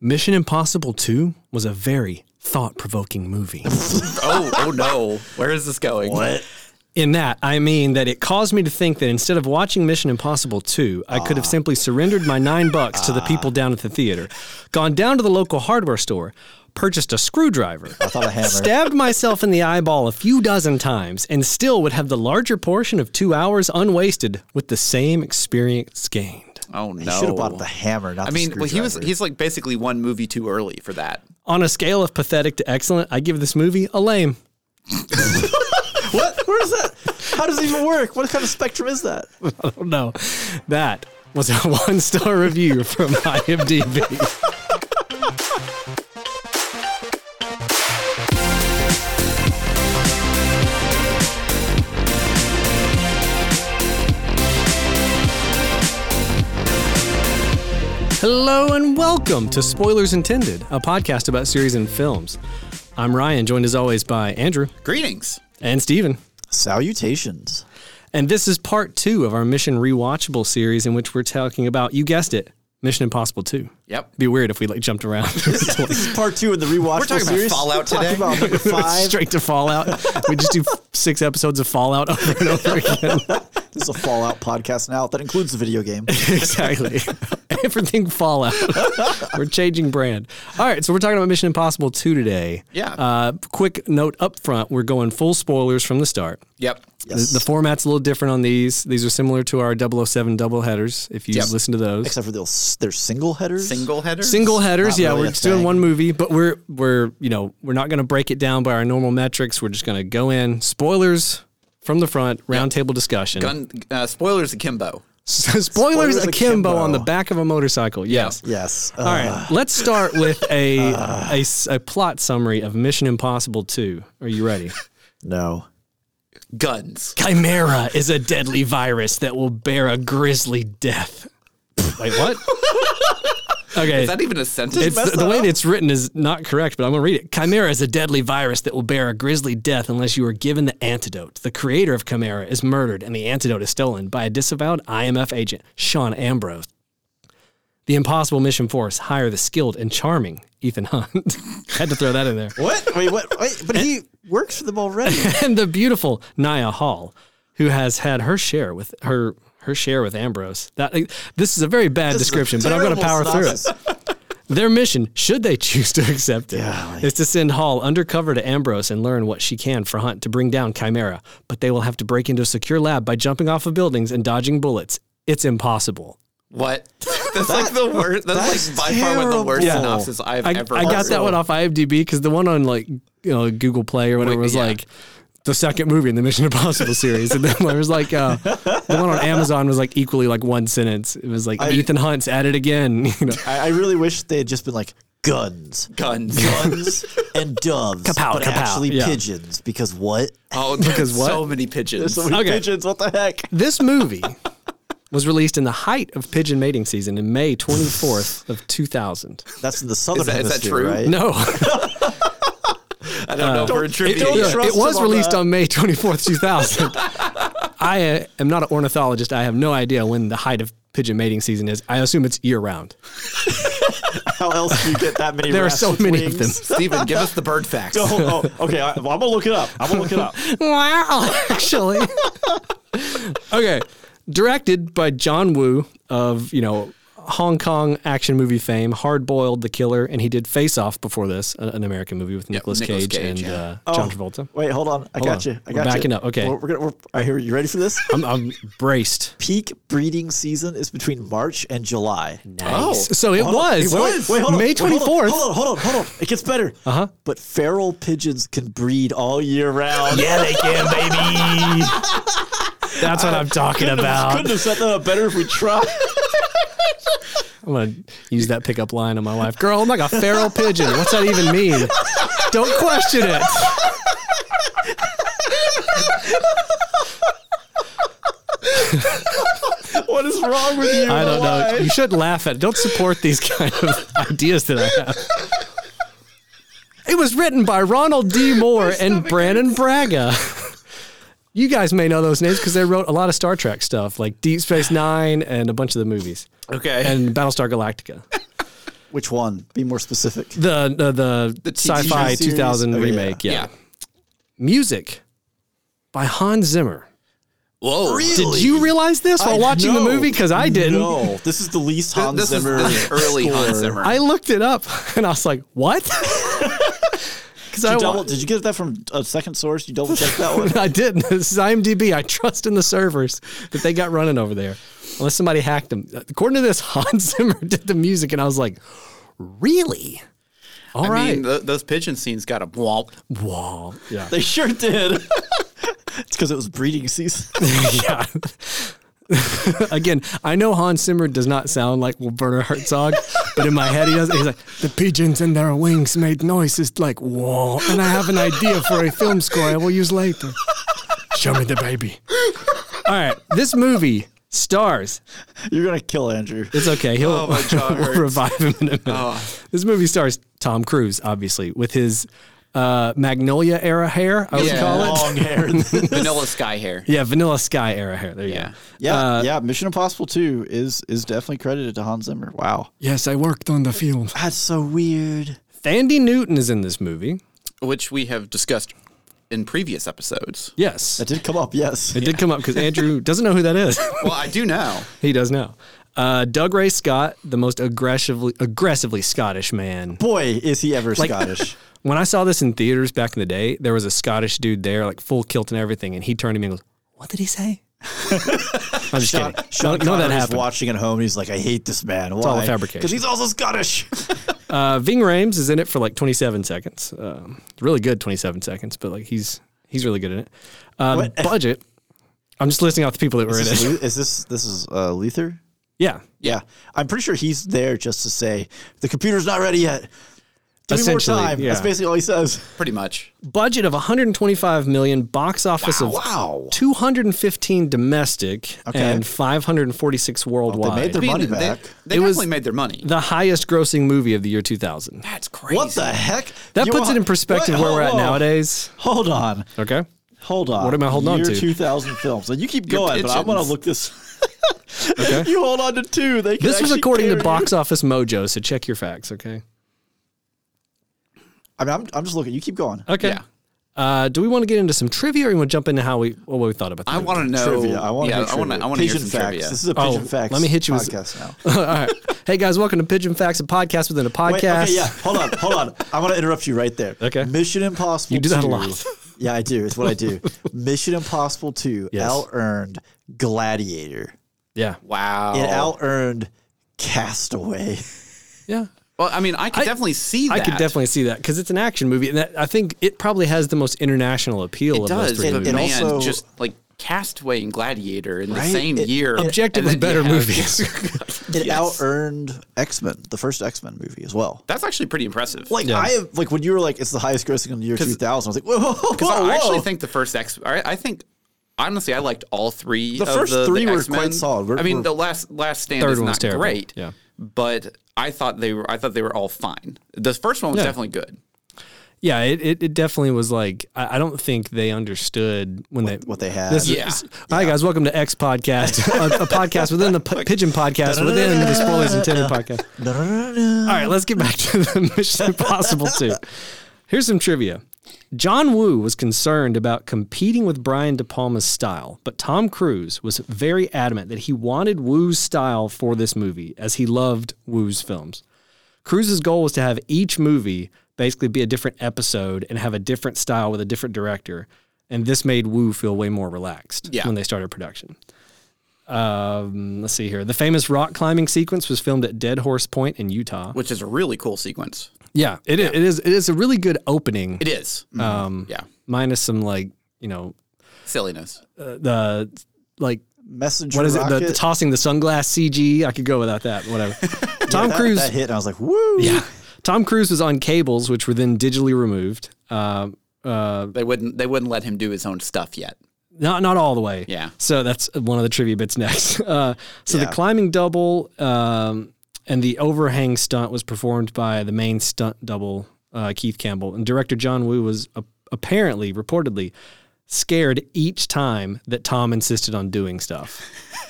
Mission Impossible 2 was a very thought provoking movie. oh, oh no. Where is this going? What? In that, I mean that it caused me to think that instead of watching Mission Impossible 2, I could have simply surrendered my nine bucks to the people down at the theater, gone down to the local hardware store, purchased a screwdriver, thought a hammer. stabbed myself in the eyeball a few dozen times, and still would have the larger portion of two hours unwasted with the same experience gained. Oh no. You should have bought the hammer, not I the mean, well, he was screwdriver. he's like basically one movie too early for that. On a scale of pathetic to excellent, I give this movie a lame. What? Where is that? How does it even work? What kind of spectrum is that? Oh no, that was a one star review from IMDb. Hello and welcome to Spoilers Intended, a podcast about series and films. I'm Ryan, joined as always by Andrew Greetings. and Steven. Salutations. And this is part two of our Mission Rewatchable series, in which we're talking about, you guessed it, Mission Impossible 2. Yep. Be weird if we like jumped around This is part two in the rewatch. We're talking about series. Fallout We're talking today. about number five. straight to Fallout. we just do six episodes of Fallout over and over again. This is a Fallout podcast now that includes the video game. exactly. Everything Fallout. we're changing brand. All right, so we're talking about Mission Impossible 2 today. Yeah. Uh, quick note up front we're going full spoilers from the start. Yep. Yes. The, the format's a little different on these. These are similar to our 007 double headers, if you Yep. listen to those. Except for those, their single headers. Single header. single headers. not Yeah, really we're a just doing thing. one movie, but we're we're you know we're not going to break it down by our normal metrics. We're just going to go in spoilers from the front, roundtable discussion. Gun, uh, spoilers akimbo. spoilers, Spoilers akimbo, akimbo. on the back of a motorcycle. Yes. Yes. Uh, All right, let's start with a, a s- a plot summary of Mission Impossible 2. Are you ready? No. Guns. Chimera is a deadly virus that will bear a grisly death. Wait, what? Okay. Is that even a sentence? It's the, the way that it's written is not correct, but I'm going to read it. Chimera is a deadly virus that will bear a grisly death unless you are given the antidote. The creator of Chimera is murdered, and the antidote is stolen by a disavowed IMF agent, Sean Ambrose. The Impossible Mission Force hire the skilled and charming Ethan Hunt. Had to throw that in there. What? Wait, what? Wait, but he works for them already. and the beautiful Naya Hall, who has had her share with her her share with Ambrose. That this is a very bad This is a description, but I'm going to power terrible through synopsis. it. Their mission, should they choose to accept it, is to send Hall undercover to Ambrose and learn what she can for Hunt to bring down Chimera. But they will have to break into a secure lab by jumping off of buildings and dodging bullets. It's impossible. what? That's like the worst. That's, that's like by far one of the worst terrible. synopsis I've I, ever. I got heard. that one off IMDb because the one on like you know Google Play or whatever Wait, was yeah. like the second movie in the Mission Impossible series, and then there was like uh, the one on Amazon was like equally like one sentence. It was like Ethan Hunt's at it again. You know, I, I really wish they had just been like guns, Guns. guns, and doves, Kapow, but kapow, actually yeah. pigeons. Because what? Oh, because what? So many pigeons. So many Okay. pigeons. What the heck? this movie was released in the height of pigeon mating season in May twenty fourth of two thousand. That's in the southern Is that- is that hemisphere, true? right? No, I don't know. if We're attributing. don't Yeah, trust it was him on released that. on May 24th, 2000. I uh, am not an ornithologist. I have no idea when the height of pigeon mating season is. I assume it's year round. How else do you get that many? There are rats so with many of wings? them. Steven, give us the bird facts. Oh, oh, okay. I, well, I'm gonna look it up. I'm gonna look it up. Wow, actually. okay. Directed by John Woo of, you know, Hong Kong action movie fame, Hard Boiled, The Killer, and he did Face Off before this, a- an American movie with Nicolas, Nicolas Cage, Cage, and yeah. uh, John Travolta. Um, Wait, hold on. I got on. you. I We're got you. backing up. Okay. We're, we're gonna. We're, all right, here. You ready for this? I'm, I'm braced. Peak breeding season is between March and July. Oh. So it was. Wait, wait, hold on. May Uh-huh. Wait, hold on, 24th. Hold on, hold on, hold on. It gets better. Uh huh. But feral pigeons can breed all year round. Yeah, they can, baby. That's what I'm talking about. Couldn't have set that up better if we tried. I'm gonna use that pickup line on my wife. Girl, I'm like a feral pigeon. What's that even mean? Don't question it. what is wrong with you? I don't know. You should laugh at. Don't support these kind of ideas that I have. It was written by Ronald D. Moore and Brandon Braga. You guys may know those names because they wrote a lot of Star Trek stuff, like Deep Space Nine and a bunch of the movies Okay. and Battlestar Galactica. Which one? Be more specific. The the, the, The TV sci-fi series? 2000 Oh, yeah. remake. Yeah. Yeah. Music by Hans Zimmer. Whoa. Did you realize this while I- watching no. the movie? Because I didn't. No, this is the least Hans this is- Zimmer. this is early Hans score. Zimmer. I looked it up and I was like, what? Because I You wa- double, did you get that from a second source? You double checked that one. I didn't. This is IMDb. I trust in the servers that they got running over there, unless somebody hacked them. According to this, Hans Zimmer did the music, and I was like, really? All I right. mean, th- those pigeon scenes got a womp. Wow. Yeah. They sure did. it's because it was breeding season. yeah. Again, I know Hans Zimmer does not sound like Werner Herzog, but in my head he does. He's like, the pigeons and their wings made noises like whoa, and I have an idea for a film score I will use later. Show me the baby. All right, this movie stars. You're gonna kill Andrew. It's okay. He'll Oh, my Oh. jaw we'll hurts. revive him in a minute. This movie stars Tom Cruise, obviously, with his uh, Magnolia era hair. I would Yeah. call it. Long hair. Vanilla sky hair. Yeah, Vanilla Sky era hair. There you Yeah. go. yeah, Uh, yeah. Mission Impossible Two is is definitely credited to Hans Zimmer. Wow, Yes, I worked on the film. that's so weird. Thandi Newton is in this movie. Which we have discussed in previous episodes. Yes. That It did come up. Yes, did come up because Andrew doesn't know who that is. Well, I do now. he does now. Uh, Doug Ray Scott, the most aggressively aggressively Scottish man. boy, is he ever Scottish. When I saw this in theaters back in the day, there was a Scottish dude there, like full kilt and everything, and he turned to me and goes, "What did he say?" I'm just Sean, kidding. Sean no, no, that Connery's happened. watching at home. And he's like, I hate this man. Why? all a fabrication. Because he's also Scottish. Uh, Ving Rhames is in it for like 27 seconds. Um, really good 27 seconds, but like he's he's really good in it. Uh, What? budget. I'm just listing off the people that were in it. is this this is uh, Luther? Yeah, Yeah, I'm pretty sure he's there just to say the computer's not ready yet. Give me more Essentially, time. yeah. That's basically all he says. Pretty much. budget of 125 million, box office of Wow. 215 domestic and 546 worldwide. They made their I mean, money they, back. they It was- definitely made their money. the highest grossing movie of the year 2000. That's crazy. What the heck? That You puts want- it in perspective What? where we're at Hold on. nowadays. Hold on. Okay. Hold on. What am I holding on Year to? 2000 films. And you keep Your going, but I want to pigeons. look this. Okay. you hold on to two. They can This was actually according to carry you. Box Office Mojo, so check your facts, okay? I mean, I'm, I'm just looking. You keep going. Okay. Yeah. Uh, do we want to get into some trivia or you want to jump into how we what we thought about that? I want to know. Trivia. I want to. Oh, yeah, hear I want to. trivia. I want to hear Pigeon some facts. trivia. This is a Oh, pigeon facts. let me hit you with- podcast now. All right. Hey guys, welcome to Pigeon Facts, a podcast within a podcast. Wait, okay, yeah. Hold on, hold on. I want to interrupt you right there. Okay. Mission Impossible. You do that a 2. lot. Yeah, I do. It's what I do. Mission Impossible Two Yes. out earned Gladiator. Yeah. wow. It Oh. out earned Castaway. Yeah. well, I mean, I could definitely see that. I could definitely see that because it's an action movie, and that, I think it probably has the most international appeal. It of does, Those three but movies. It- it man, also- just like Castaway and Gladiator in Right? the same It- year. Objectively and then better you have- movies. It Yes. out earned X Men, the first X Men movie as well. That's actually pretty impressive. Like I have, like when you were like, it's the highest grossing in the year two thousand. I was like, whoa, whoa, whoa, 'Cause whoa. I actually think the first X. I, I think honestly, I liked all three. The of first the, three the were X-Men. quite solid. We're- I mean, we're- the last last stand Third is one was not terrible. great. Yeah. but I thought they were. I thought they were all fine. The first one was Yeah. definitely good. yeah, it, it, it definitely was like I, I don't think they understood when they what they had. This is- Yeah. Hi guys, welcome to X Podcast, a, a podcast within the p- Pigeon Podcast within the Spoilers Intended Podcast. All right, let's get back to the Mission Impossible 2. Here's some trivia. John Woo was concerned about competing with Brian De Palma's style, but Tom Cruise was very adamant that he wanted Woo's style for this movie, as he loved Woo's films. Cruise's goal was to have each movie basically be a different episode and have a different style with a different director. And this made Woo feel way more relaxed Yeah. when they started production. Um, let's see here. The famous rock climbing sequence was filmed at Dead Horse Point in Utah. which is a really cool sequence. Yeah, it, i- it is. It is a really good opening, It is. Um, yeah, minus some like you know silliness. uh, the like Messenger. what is it? The, Rocket. the tossing the sunglass CG. I could go without that. Whatever. Tom that, Cruise. that hit, and I was like, woo. Yeah. Tom Cruise was on cables, which were then digitally removed. Um, uh, They wouldn't. They wouldn't let him do his own stuff yet. not not all the way. Yeah. So that's one of the trivia bits next. Uh, so the climbing double um, and the overhang stunt was performed by the main stunt double uh, Keith Campbell and director John Woo was a- apparently reportedly scared each time that Tom insisted on doing stuff.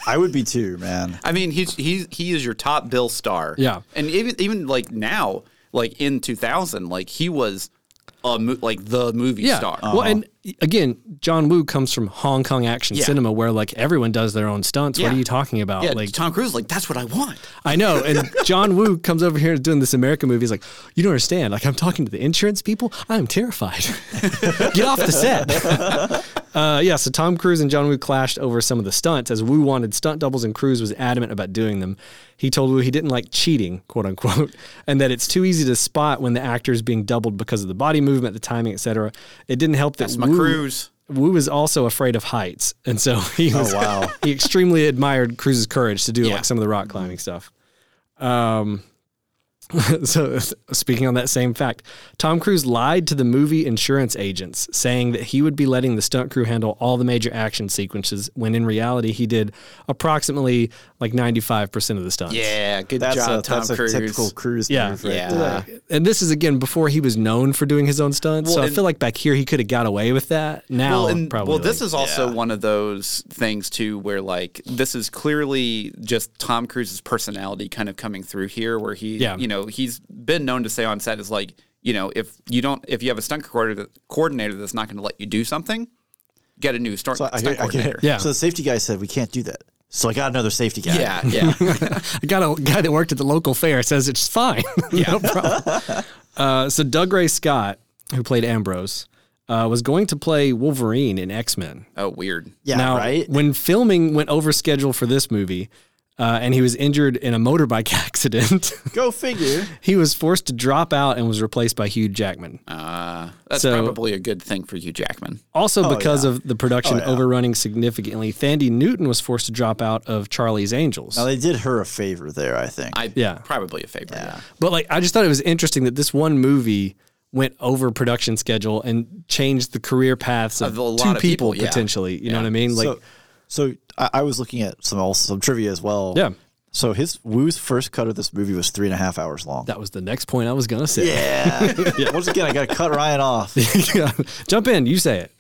I would be too, man. I mean, he's he's he is your top bill star. Yeah. and even even like now, like in 2000, like he was a mo- like the movie Yeah. star. Well, and again, John Woo comes from Hong Kong action Yeah. cinema where like everyone does their own stunts. What Yeah. are you talking about? yeah, like Tom Cruise, like that's what I want. I know. And John Woo comes over here and doing this American movie. He's like, you don't understand. Like, I'm talking to the insurance people. I'm terrified. Get off the set. uh, yeah. So Tom Cruise and John Woo clashed over some of the stunts as Woo wanted stunt doubles and Cruise was adamant about doing them. He told Woo he didn't like cheating, quote unquote, and that it's too easy to spot when the actor is being doubled because of the body movement, the timing, etc. It didn't help that That's my Woo- Cruise. Wu is also afraid of heights, and so he was wow. he extremely admired Cruz's courage to do Oh, Yeah. like some of the rock climbing stuff. Um, so speaking on that same fact, Tom Cruise lied to the movie insurance agents, saying that he would be letting the stunt crew handle all the major action sequences, when in reality he did approximately like ninety five percent of the stunts. Yeah, good That's job, a Tom uh, that's a Cruise. typical cruise Yeah. move right Yeah. there. And this is again before he was known for doing his own stunts, Well, so I and- feel like back here he could have got away with that. Now, well, and, probably. well this like- is also one of those things too where like this is clearly just tom cruise's personality kind of coming through here where he Yeah. you know he's been known to say on set is like you know if you don't if you have a stunt coordinator, coordinator that's not going to let you do something get a new stunt, So I, stunt hear, I hear, coordinator Yeah. So the safety guy said we can't do that. So I got another safety guy. yeah yeah I got a guy that worked at the local fair says it's fine. no problem. Uh, so Doug Ray Scott, who played Ambrose, uh, was going to play Wolverine in X Men. oh weird Yeah, now, right? when filming went over schedule for this movie, uh, and he was injured in a motorbike accident, Go figure. he was forced to drop out and was replaced by Hugh Jackman. uh, that's So- probably a good thing for you jackman Also, Oh, because of the production overrunning significantly, Thandi Newton was forced to drop out of Charlie's Angels. Now they did her a favor there, I think. i Yeah. probably a favorite yeah. But like, I just thought it was interesting that this one movie went over production schedule and changed the career paths of, Of a lot two of people, people, yeah. potentially. You know what I mean? Like, so, so I, I was looking at some also some trivia as well. Yeah. So his Woo's first cut of this movie was three and a half hours long. that was the next point I was gonna say. Yeah. Once again, I got to cut Ryan off. Jump in, you say it.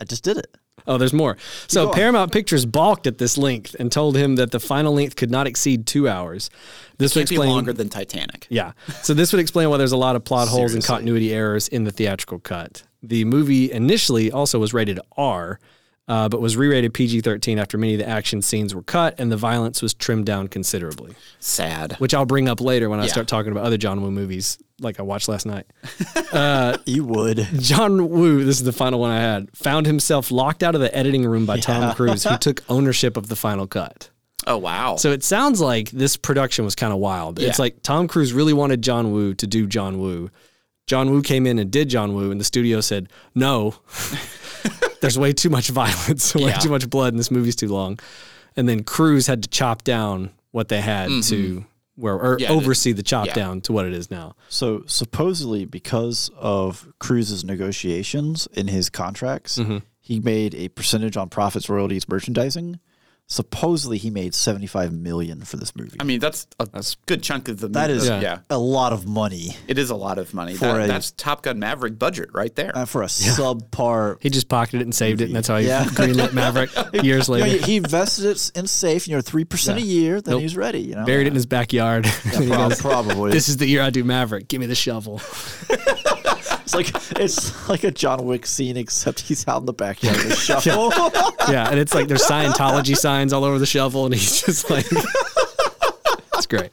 I just did it. Oh, there's more. So going. Paramount Pictures balked at this length and told him that the final length could not exceed two hours. This would Can't be explain longer than titanic Yeah. So this would explain why there's a lot of plot holes and continuity errors in the theatrical cut. The movie initially also was rated R, uh, but was re-rated PG-13 after many of the action scenes were cut and the violence was trimmed down considerably, sad which I'll bring up later when I Yeah. start talking about other John Woo movies, like I watched last night. You would. John Woo, this is the final one I had, found himself locked out of the editing room by Tom Cruise, who took ownership of the final cut. oh wow So it sounds like this production was kind of wild. It's Yeah. like Tom Cruise really wanted John Woo to do John Woo. John Woo came in and did John Woo, and the studio said, no, there's way too much violence, way Yeah. too much blood, and this movie's too long. And then Cruise had to chop down what they had to where, or Yeah, oversee the chop yeah. down to what it is now. So supposedly, because of Cruz's negotiations in his contracts, Mm-hmm. he made a percentage on profits, royalties, merchandising. Supposedly, he made seventy-five million for this movie. i mean that's a good chunk of the that movie is yeah, a lot of money It is a lot of money. For That- a- that's Top Gun Maverick budget right there. uh, for a subpar. He just pocketed it and saved it, and that's how he Yeah. greenlit Maverick years You know, later. he he invested it in safe, you know, three percent a year. Then he was ready. You know, Buried it in his backyard. And he Prob- goes, probably. This is the year I do Maverick. Give me the shovel. it's like it's like a John Wick scene, except he's out in the backyard with a shovel. yeah, and it's like there's Scientology signs all over the shovel, and he's just like, it's great.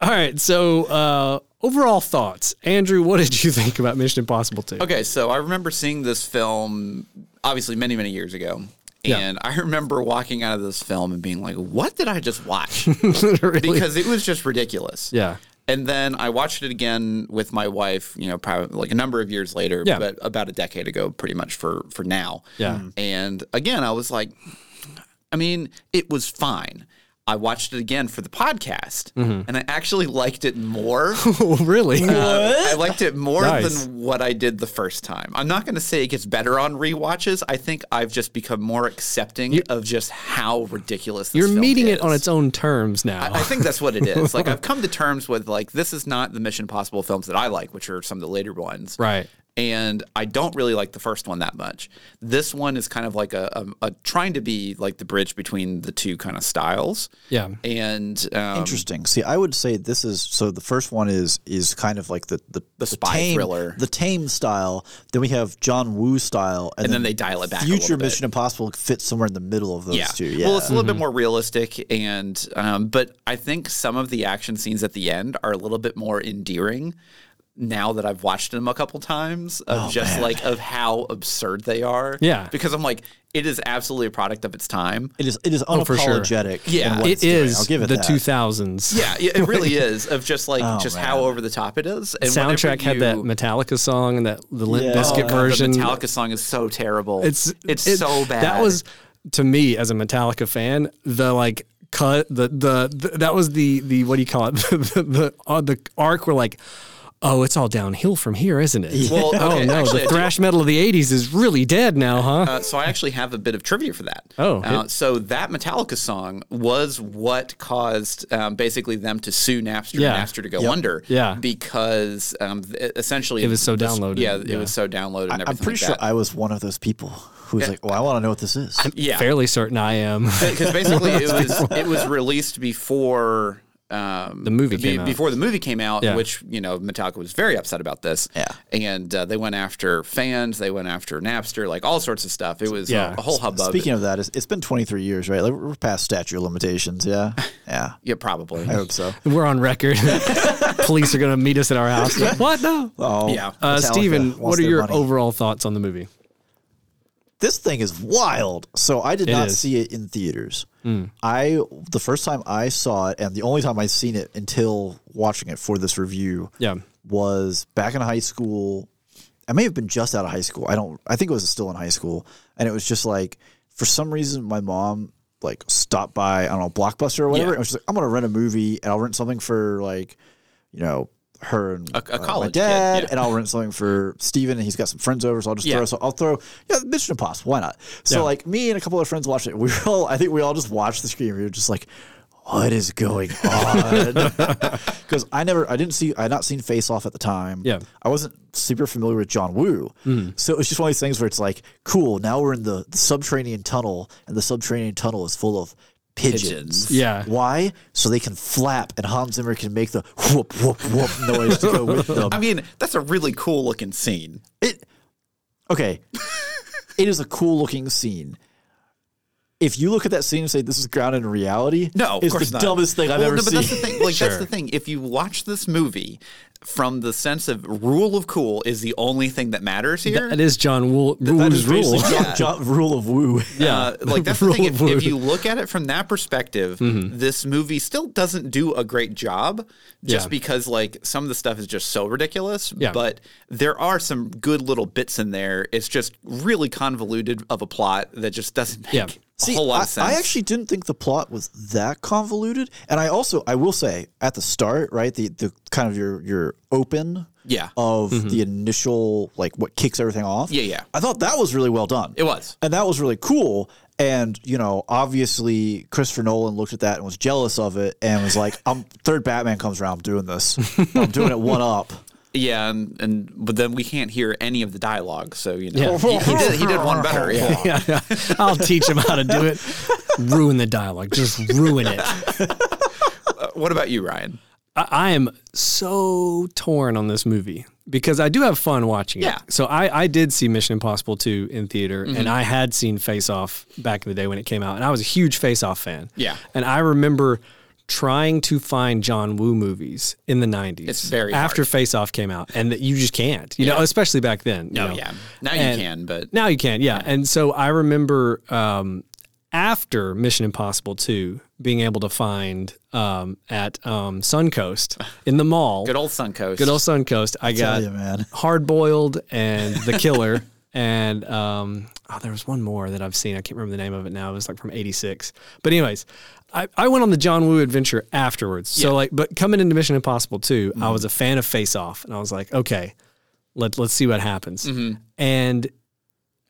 All right, so uh, overall thoughts, Andrew. What did you think about Mission Impossible Two? Okay, so I remember seeing this film obviously many, many years ago. Yeah. And I remember walking out of this film and being like, what did I just watch? Really? because it was just ridiculous. yeah, And then I watched it again with my wife, you know, probably like a number of years later, Yeah. but about a decade ago, pretty much for for now. Yeah. Mhm. And again, I was like, I mean, it was fine. I watched it again for the podcast, Mm-hmm. and I actually liked it more. Uh, oh, really? I liked it more Nice. than what I did the first time. I'm not going to say it gets better on rewatches. I think I've just become more accepting of just how ridiculous this You're film meeting it is. on its own terms now. I think that's what it is. Like I've come to terms with like this is not the Mission Impossible films that I like, which are some of the later ones. right. and I don't really like the first one that much. This one is kind of like a, a, a trying to be like the bridge between the two kind of styles. Yeah. and um, Interesting. See, I would say this is so. The first one is is kind of like the the, the spy tame, thriller. the tame style. Then we have John Woo style, and, then they dial it back a Future little bit. Mission Impossible fits somewhere in the middle of those yeah. two. Yeah, Well, it's a little Mm-hmm. bit more realistic, and um, but I think some of the action scenes at the end are a little bit more endearing. Now that I've watched them a couple times, of just like of how absurd they are. Oh, Yeah. because I'm like, it is absolutely a product of its time. it is it is Oh, for sure. unapologetic. Yeah. in what it's it doing. is I'll give it the that. 2000s. Yeah, it it really is of just like just how over the top it is. And whenever Oh, Soundtrack had that you- Metallica song and that the Limp Yeah. Biscuit Oh, God, version. The Metallica song is so terrible. It's it's it- so bad. That was to me as a Metallica fan the like cut the the, the that was the the what do you call it the the, the, uh, the arc where like oh it's all downhill from here isn't it? Well, oh okay, no, actually, I the do- thrash metal of the '80s is really dead now, huh? Uh, so I actually have a bit of trivia for that. Oh, Uh, so that Metallica song was what caused um, basically them to sue Napster, Yeah. Napster to go under, Yeah. because um, th- essentially it was so downloaded. Yeah, it Yeah. was so downloaded. And everything I'm pretty like sure that. I was one of those people who was like, "Oh, I want to know what this is." yeah, fairly certain I am. because basically it was it was released before um, the movie came out. before the movie came out, Yeah. which you know Metallica was very upset about this. Yeah. and uh, they went after fans, they went after Napster, like all sorts of stuff. It was Yeah. a, a whole hubbub. Speaking of that, it's, it's been 23 years, right? Like we're past statute of limitations. Yeah, yeah. yeah, probably. I hope so. We're on record. Police are going to meet us at our house. what? No. Oh, Yeah. Uh, Metallica Steven, wants what are their your money. overall thoughts on the movie? this thing is wild. So I did not is. see it in theaters. I the first time I saw it, and the only time I've seen it until watching it for this review, Yeah. was back in high school. I may have been just out of high school. I don't. I think it was still in high school, and it was just like for some reason my mom like stopped by I don't know Blockbuster or whatever, Yeah. and was just like, "I'm gonna rent a movie, and I'll rent something for like, you know." Her and a uh, my college kid, dad, yeah. and I'll rent something for Steven, and he's got some friends over, so I'll just Yeah. throw so I'll throw yeah, Mission Impossible, why not? So Yeah. like me and a couple of friends watched it. We were all I think we all just watched the screen. We were just like, what is going on? Because I never I didn't see I had not seen Face Off at the time. Yeah. I wasn't super familiar with John Woo. Mm-hmm. So it was just one of these things where it's like, cool, now we're in the, the subterranean tunnel, and the subterranean tunnel is full of pigeons. Pigeons. Yeah. Why? So they can flap and Hans Zimmer can make the whoop whoop whoop noise to go with them. I mean, that's a really cool looking scene. It okay. it is a cool looking scene. If you look at that scene and say this is grounded in reality, No, of it's course the not. dumbest thing I've Well, ever no, but seen. that's the thing. Like that's the thing. If you watch this movie from the sense of rule of cool is the only thing that matters here. That is John Wool. That It's basically rule. John- John- rule of woo. Yeah. Uh, like that's the Rule thing. of If, if wood. you look at it from that perspective, this movie still doesn't do a great job, just Yeah. because like some of the stuff is just so ridiculous. Yeah. But there are some good little bits in there. It's just really convoluted of a plot that just doesn't make Yeah. a whole lot I, of sense. I actually didn't think the plot was that convoluted, and I also I will say at the start, right, the the kind of your your open Yeah. Mm-hmm. of the initial like what kicks everything off. Yeah, yeah. I thought that was really well done. It was. and that was really cool. And you know, obviously, Christopher Nolan looked at that and was jealous of it, and was like, "I'm third Batman comes around, I'm doing this. I'm doing it one up." Yeah, and, and but then we can't hear any of the dialogue, so you know Yeah. he, he did, he did one better. Yeah. Yeah, yeah. I'll teach him how to do it. Ruin the dialogue. Just ruin it. Uh, What about you, Ryan? I, I am so torn on this movie because I do have fun watching it. Yeah. Mm-hmm. So I, I did see Mission Impossible 2 in theater and I had seen Face Off back in the day when it came out. And I was a huge Face Off fan. Yeah. And I remember trying to find John Woo movies in the 90s. It's very After Face Off came out and that you just can't, you know, especially back then. Oh No, yeah, now you And- can, but Now you can, yeah. And so I remember um, after Mission Impossible 2 being able to find um, at um, Suncoast in the mall, good old Suncoast. good old Suncoast, I Tell got you, man. Hard Boiled and The Killer. and um, oh, there was one more that I've seen. I can't remember the name of it now. It was like from 86. But, anyways, I, I went on the John Woo adventure afterwards. So, like, but coming into Mission Impossible 2, Mm-hmm. I was a fan Mm-hmm. of Face Off and I was like, okay, let, let's see what happens. And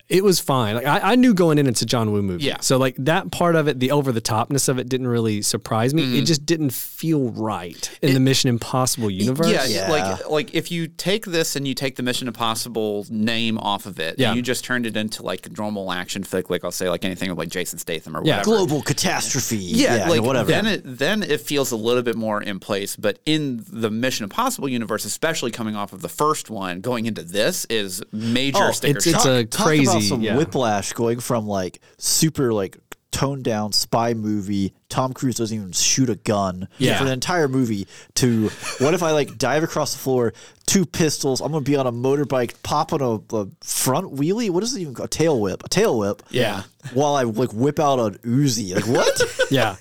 it was fine. Like I, I knew going in it's a John Woo movie. Yeah. So like that part of it, the over the topness of it didn't really surprise me. It just didn't feel right in the Mission Impossible universe. Mm-hmm. Yeah, Yeah. like like if you take this and you take the Mission Impossible name off of it, Yeah. and you just turned it into like normal action flick, like I'll say like anything with like Jason Statham or Yeah. whatever. Global catastrophe. Yeah, like whatever. Then it then it feels a little bit more in place. But in the Mission Impossible universe, especially coming off of the first one, going into this is major Oh, sticker it's- it's shock. a Talk about crazy- some yeah. whiplash going from like super like toned down spy movie. Tom Cruise doesn't even shoot a gun Yeah. for an entire movie. To what if I like dive across the floor, two pistols? I'm gonna be on a motorbike, pop on a, a front wheelie. What is it even called? A tail whip? A tail whip? Yeah. While I like whip out an Uzi. Like what? yeah.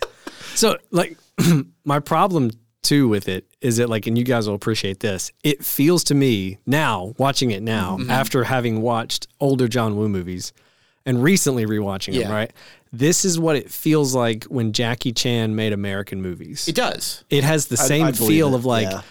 So like my problem too with it is that like and you guys will appreciate this. It feels to me now watching it now after having watched older John Woo movies and recently rewatching them, Yeah. right? This is what it feels like when Jackie Chan made American movies. it does. It has the same I believe feel it, of like yeah.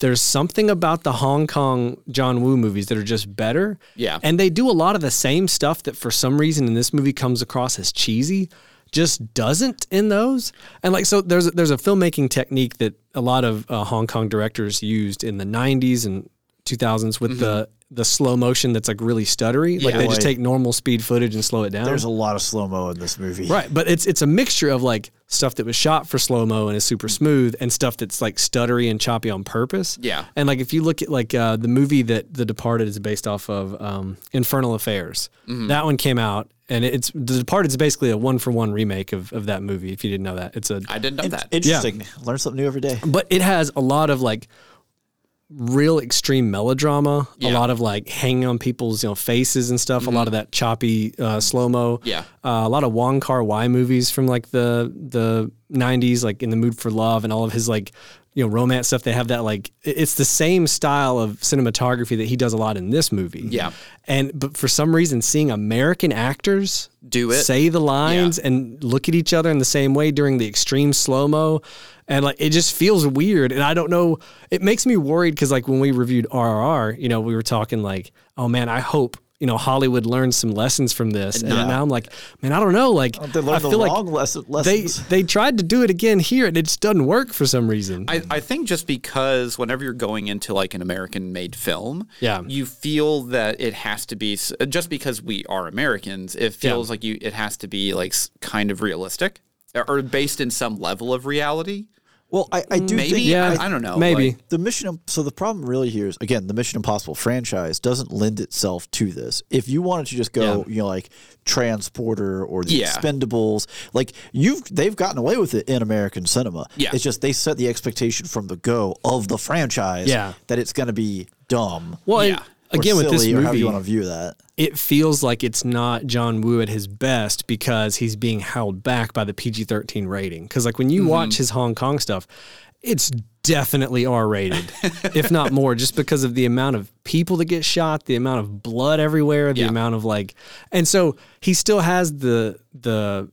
there's something about the Hong Kong John Woo movies that are just better. Yeah. And they do a lot of the same stuff that for some reason in this movie comes across as cheesy, just doesn't in those. And like so there's there's a filmmaking technique that a lot of uh, Hong Kong directors used in the 90s and 2000s Mm-hmm. with the the slow motion that's like really stuttery. Like Yeah. they just Boy. take normal speed footage and slow it down. There's a lot of slow mo in this movie. Right, but it's it's a mixture of like stuff that was shot for slow mo and is super smooth, and stuff that's like stuttery and choppy on purpose. Yeah. and like if you look at like uh, the movie that The Departed is based off of, um, Infernal Affairs, that one came out, and it's The Departed is basically a one for one remake of, of that movie. If you didn't know that, it's a I didn't know that. Interesting. Learn something new every day. but it has a lot of like real extreme melodrama, a lot of like hanging on people's you know faces and stuff, a lot of that choppy uh, slow mo, Mm-hmm. Yeah. uh, a lot of Wong Kar Wai movies from like the the '90s, like In the Mood for Love, and all of his like you know romance stuff. They have that like it- it's the same style of cinematography that he does a lot in this movie. Yeah. and but for some reason, seeing American actors Do it. say the lines and look at each other in the same way during the extreme slow mo. And like it just feels weird, and I don't know. It makes me worried because like when we reviewed RRR, you know, we were talking like, oh man, I hope you know Hollywood learned some lessons from this. And now I'm like, man, I don't know. Like They learn I the feel like wrong lesson, they lessons. they tried to do it again here, and it just doesn't work for some reason. I, I think just because whenever you're going into like an American made film, Yeah. you feel that it has to be s- just because we are Americans, it feels like you it has to be like s- kind of realistic or- or based in some level of reality. well, I, I do Maybe think yeah, I, I don't know. Maybe like- the mission so the problem really here is again the mission impossible franchise doesn't lend itself to this if you wanted to just go you know like transporter or the Yeah. expendables like you've they've gotten away with it in american cinema Yeah. it's just they set the expectation from the go of the franchise Yeah. that it's going to be dumb well, and Yeah. or again with this silly, or however movie, you want to view that it feels like it's not John Woo at his best because he's being held back by the PG 13 rating. Because, like, when you Mm-hmm. watch his Hong Kong stuff, it's definitely R rated, if not more, just because of the amount of people that get shot, the amount of blood everywhere, the Yeah. amount of like. And so he still has the, the,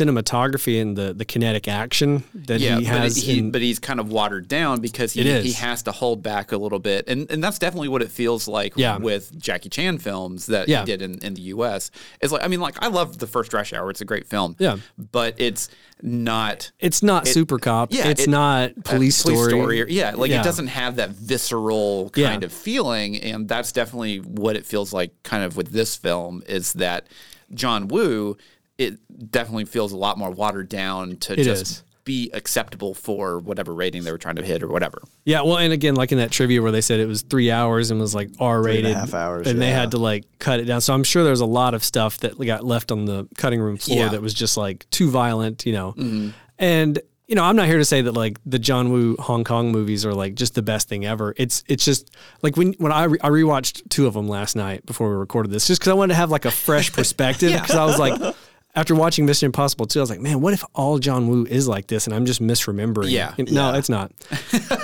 cinematography and the the kinetic action that yeah, he but, has he, in- but he's kind of watered down because he, It is. he has to hold back a little bit. And and that's definitely what it feels like Yeah. with Jackie Chan films that Yeah. he did in, in the US. It's like I mean, like I love the first Rush Hour, it's a great film. Yeah. But it's not it's not super cop yeah, it's it- uh, not police, story, or- yeah, like Yeah. it doesn't have that visceral kind Yeah. of feeling, and that's definitely what it feels like. Kind of with this film is that John Woo, it definitely feels a lot more watered down to just is. be acceptable for whatever rating they were trying to hit or whatever. Yeah, well, and again, like in that trivia where they said it was three hours and was like R rated, half hours, and they yeah. had to like cut it down. So I'm sure there's a lot of stuff that got left on the cutting room floor Yeah. Mm-hmm. that was just like too violent, you know. And you know, I'm not here to say that like the John Woo Hong Kong movies are like just the best thing ever. It's it's just like when when I re- I rewatched two of them last night before we recorded this, just because I wanted to have like a fresh perspective because I was like. After watching Mission Impossible 2, I was like, man, what if all John Woo is like this and I'm just misremembering? Yeah. And- No, it's not.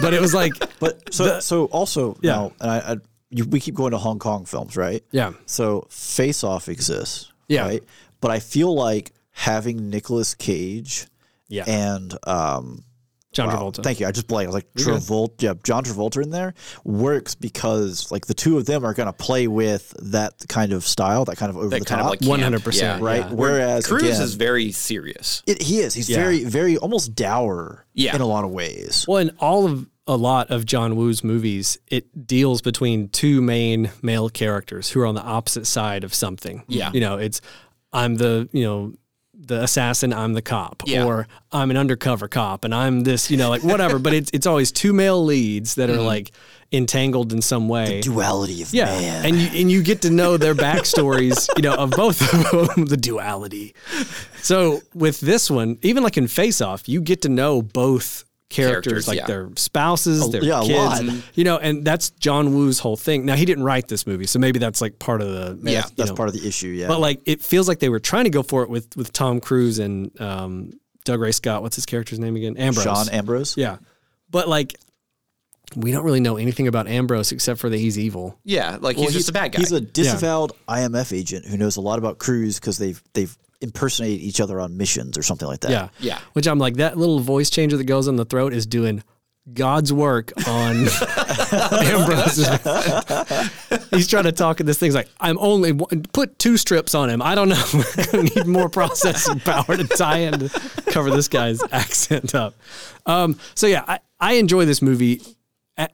But it was like, But so so also Yeah. now, and I, I you, we keep going to Hong Kong films, right? Yeah. So Face Off exists, Yeah. right? But I feel like having Nicolas Cage Yeah. and um John Wow. Travolta. Thank you. I just blanked. I was like Travolta. Yeah, John Travolta in there works because like the two of them are going to play with that kind of style, that kind of over the that kind top, of like One hundred camp. percent. Yeah. right? Whereas Cruise again, is very serious. it, he is. He's Yeah. very, very almost dour Yeah. in a lot of ways. Well, in all of a lot of John Woo's movies, it deals between two main male characters who are on the opposite side of something. Yeah. You know, it's I'm the, you know, the assassin, I'm the cop, Yeah. or I'm an undercover cop and I'm this, you know, like whatever. but it's it's always two male leads that are Mm-hmm. like entangled in some way. Duality of yeah. man. And you and you get to know their backstories, you know, of both of them, the duality. So with this one, even like in Face Off, you get to know both characters, Characters, like yeah. their spouses, their yeah, a lot. kids, you know, and that's John Woo's whole thing. Now he didn't write this movie, so maybe that's like part of the Yeah, you That's know. part of the issue. Yeah. But like it feels like they were trying to go for it with with Tom Cruise and um, Doug Ray Scott. What's his character's name again? Ambrose. Sean Ambrose. yeah, but like we don't really know anything about Ambrose except for that he's evil. Yeah, like he's just a bad guy. He's a disavowed IMF agent who knows a lot about Cruise because they've they've impersonated each other on missions or something like that. Yeah. Yeah. Which I'm like, that little voice changer that goes on the throat is doing God's work on Ambrose. He's trying to talk, and this thing's like, I'm only put two strips on him. I don't know. We're going to need more processing power to tie in to cover this guy's accent up. Um, so, yeah, I, I enjoy this movie a-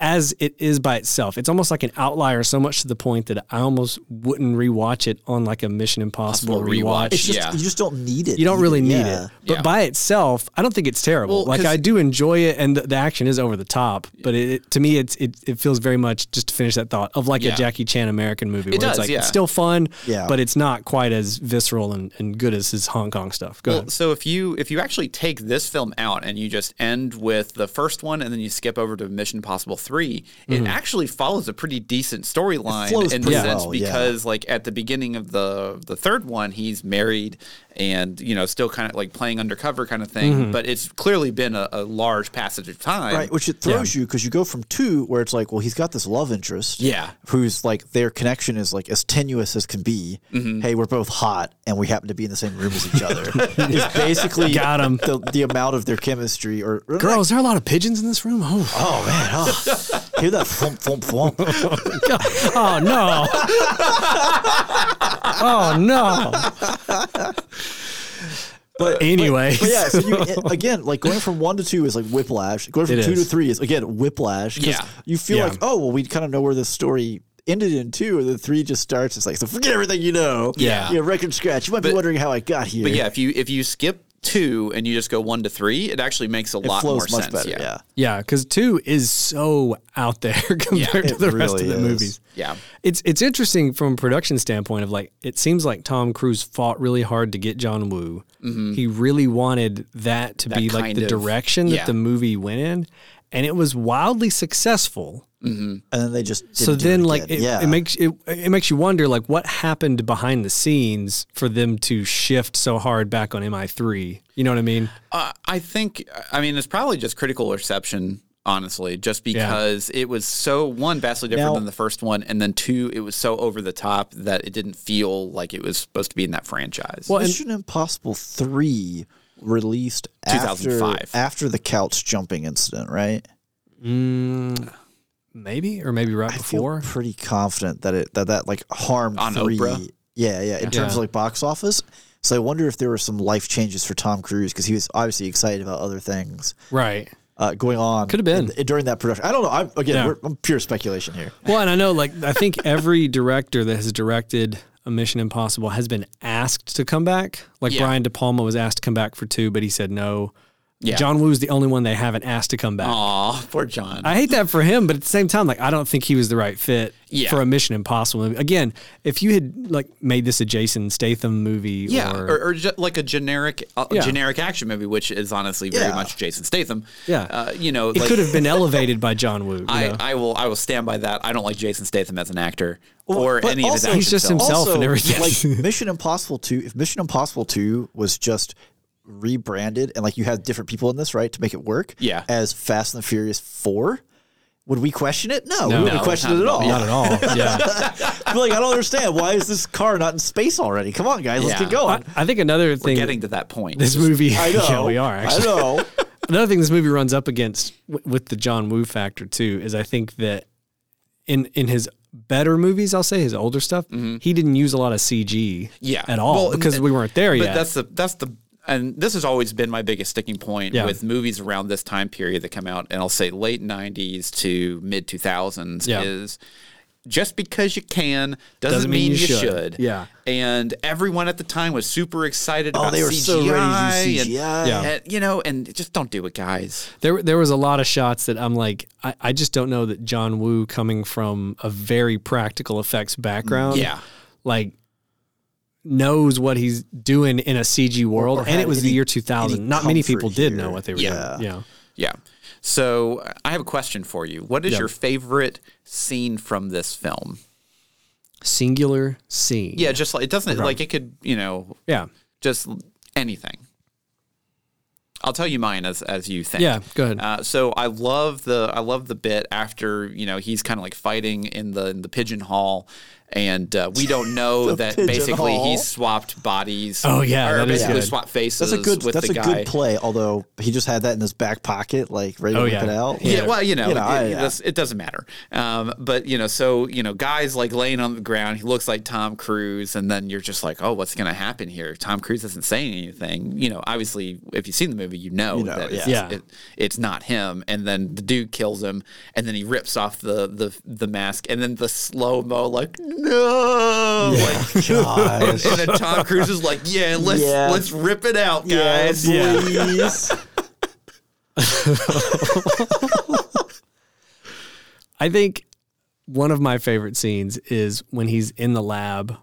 as it is by itself. It's almost like an outlier, so much to the point that I almost wouldn't rewatch it on like a Mission Impossible Possible rewatch. rewatch. It's just Yeah. you just don't need it. You don't either. really need Yeah. it. But Yeah. by itself, I don't think it's terrible. Well, like 'cause- I do enjoy it, and the, the action is over the top. But it, it- to me, it's it, it feels very much just to finish that thought of like a Yeah. Jackie Chan American movie. where it's does, like yeah. it's still fun, Yeah. but it's not quite as visceral and, and good as his Hong Kong stuff. Go well, ahead. so if you if you actually take this film out and you just end with the first one and then you skip over to Mission Impossible 3 it actually follows a pretty decent storyline Mm-hmm. flows in the pretty sense well, yeah. because like at the beginning of the the third one he's married and you know still kind of like playing undercover kind of thing, but it's clearly been a, a large passage of time. Mm-hmm. Right, which it throws you because you go from two where it's like, well, he's got this love interest, Yeah. who's like their connection is like as tenuous as can be. Mm-hmm. Hey, we're both hot and we happen to be in the same room as each other. it's basically Got 'em. The, the amount of their chemistry or or Girl, is there a lot of pigeons in this room? Oh, Oh man, oh. hear that thump thump thump. God. oh no. oh no. But anyway, But yeah, so you, it- again, like going from one to two is like whiplash. Going from It two is. to three is again whiplash. 'cause Yeah. you feel Yeah. like oh well, we kind of know where this story ended in two, and then three just starts. It's like so forget everything you know. Yeah. you know, record scratch. You might be wondering how I got here. But yeah, if you if you skip 2 and you just go 1 to 3, it actually makes a it lot more flows much sense. better. Yeah. Yeah, because two is so out there compared to It the rest of really the is. movies. Yeah. It's it's interesting from a production standpoint of like it seems like Tom Cruise fought really hard to get John Woo. Mm-hmm. He really wanted that to be like kind the of- direction that yeah. the movie went in, and it was wildly successful. and then they just didn't so do then it like again. it, yeah, it makes it it makes you wonder like what happened behind the scenes for them to shift so hard back on MI3. You know what I mean? Uh, I think, I mean, it's probably just critical reception, honestly, just because it was so, one, vastly different Now- than the first one, and then two, it was so over the top that it didn't feel like it was supposed to be in that franchise. Well, and- Mission Impossible three released after 2005. after the couch jumping incident, right? Mm, maybe or maybe right I before. feel pretty confident that it that that like harmed On three. Oprah? Yeah, yeah. In terms Yeah. of like box office, so I wonder if there were some life changes for Tom Cruise because he was obviously excited about other things right. uh, going on. Could have been. in- during that production. I don't know. I'm, again, Yeah. we're, I'm pure speculation here. Well, and I know, like, I think every director that has directed a Mission Impossible has been asked to come back. Like Yeah. Brian De Palma was asked to come back for two, but he said no. Yeah. Oh. John Woo's the only one they haven't asked to come back. Aw, poor John. I hate that for him, but at the same time, like, I don't think he was the right fit Yeah. for a Mission Impossible movie. Again, if you had like made this a Jason Statham movie, yeah, or, or, or ju- like a generic, uh, Yeah. generic action movie, which is honestly very Yeah. much Jason Statham. Yeah. uh, you know, it like, could have been elevated by John Woo. you know? I, I will, I will stand by that. I don't like Jason Statham as an actor or but any of his also- action He's just films. himself. also, and everything. Like Mission Impossible Two. If Mission Impossible Two was just rebranded and like you had different people in this right to make it work, Yeah. as Fast and the Furious Four. Would we question it? No, we wouldn't No, question not it at at all. all. Not at all. Yeah. I'm like, I don't understand. Why is this car not in space already? Come on, guys, let's Yeah. get going. I, I think another thing Getting to that point. this movie, I know. yeah, we are actually. I know. Another thing this movie runs up against w- with the John Woo factor too is I think that in in his better movies, I'll say his older stuff, he didn't use a lot of CG Mm-hmm. yeah at all Well, and- because we weren't there but yet. that's the that's the and this has always been my biggest sticking point Yeah. with movies around this time period that come out and i'll say late 90s to mid 2000s Yeah. is just because you can doesn't, mean, you should. Yeah. and everyone at the time was super excited about they were CGI so ready to do and, CGI. Yeah. and, you know and just don't do it guys There, there was a lot of shots that I'm like, I, I just don't know that John Woo coming from a very practical effects background, yeah like knows what he's doing in a CG world. or and it had was the any- year 2000. any Not many comfort people did here. know what they were Yeah. doing. Yeah. yeah so i have a question for you what is your favorite scene from this film Singular scene. yeah just like it doesn't like it could you know Yeah. just anything. I'll tell you mine as as you think. Yeah, go ahead. Uh, so I love the I love the bit after you know he's kind of like fighting in the in the pigeon hall, and uh, we don't know that pigeon basically hall. he's swapped bodies. Oh, yeah, or that is basically good. swapped faces. That's a good. with That's the a guy. good play. Although he just had that in his back pocket, like ready to Oh, whip yeah. it out. Yeah, well, you know, You know, I- it, that's- it doesn't matter. Um, but you know, so you know, guys like laying on the ground. He looks like Tom Cruise, and then you're just like, oh, what's going to happen here? Tom Cruise isn't saying anything. You know, obviously, if you've seen the movie, you know, know, that It's, yeah. Yeah. it- it's not him. And then the dude kills him, and then he rips off the the, the mask, and then the slow mo like no, like, Oh, Gosh. and then Tom Cruise is like, yeah, let's Yeah. let's rip it out, guys. Yeah. Please. I think one of my favorite scenes is when he's in the lab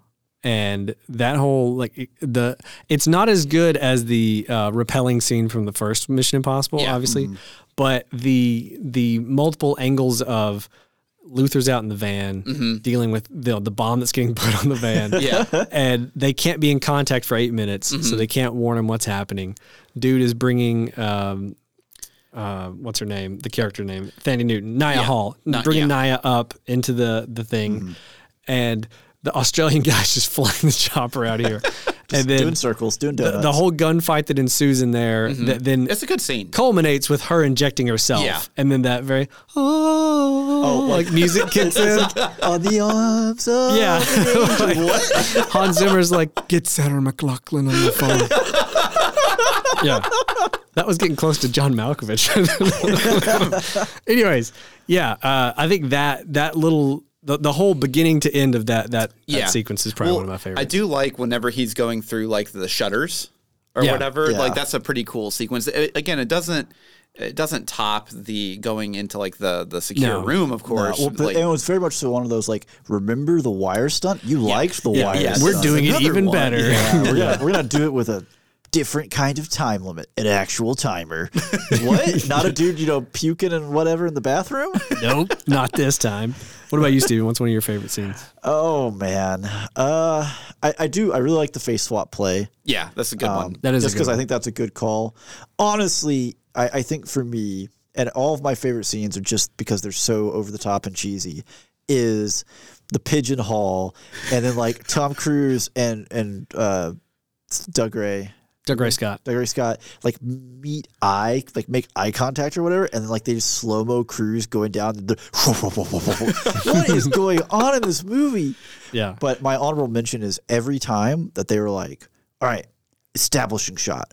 and that whole like the it's not as good as the uh, repelling scene from the first Mission Impossible, Yeah. Mm-hmm. obviously, but the the multiple angles of Luther's out in the van dealing with the the bomb that's getting put on the van. Mm-hmm. Yeah. Mm-hmm. and they can't be in contact for eight minutes, so they can't warn him what's happening. Dude is bringing, um, uh, what's her name? The character name, Thandi Newton, Naya Hall, Ni- bringing yeah. Naya up into the the thing, and the Australian guy's just flying the chopper out here, and then doing circles, doing the, donuts. the whole gunfight that ensues in there, that then Mm-hmm. It's a good scene. culminates with her injecting herself, Yeah. and then that very oh, like oh, music kicks in. Are the arms of Yeah. Hans Zimmer's like, get Sarah McLaughlin on the phone. yeah. That was getting close to John Malkovich. Anyways, yeah, uh, I think that that little the, the whole beginning to end of that that, Yeah. that sequence is probably Well, one of my I favorites. do like whenever he's going through like the shutters or Yeah. whatever. Yeah. Like that's a pretty cool sequence. It- again, it doesn't it doesn't top the going into like the the secure No. room, of Uh, course. well, but like- it was very much so one of those like remember the wire stunt. You liked the wire. yeah, stunt. we're doing it another even one. better. Yeah, we're gonna we're gonna do it with a different kind of time limit, an actual timer. what? Not a dude, you know, puking and whatever in the bathroom? Nope, not this time. What about you, Steven? What's one of your favorite scenes? Oh man. Uh I, I do I really like the face swap play. yeah, that's a good one. Um, That is a just good because I one. think that's a good call. Honestly, I, I think for me, and all of my favorite scenes are just because they're so over the top and cheesy. Is the pigeon hall, and then like Tom Cruise and and uh, Doug Ray, Doug Ray Scott. Doug Ray Scott, like meet eye, like make eye contact or whatever, and then like they just slow mo Cruise going down. The, what is going on in this movie? Yeah. But my honorable mention is every time that they were like, all right, establishing shot.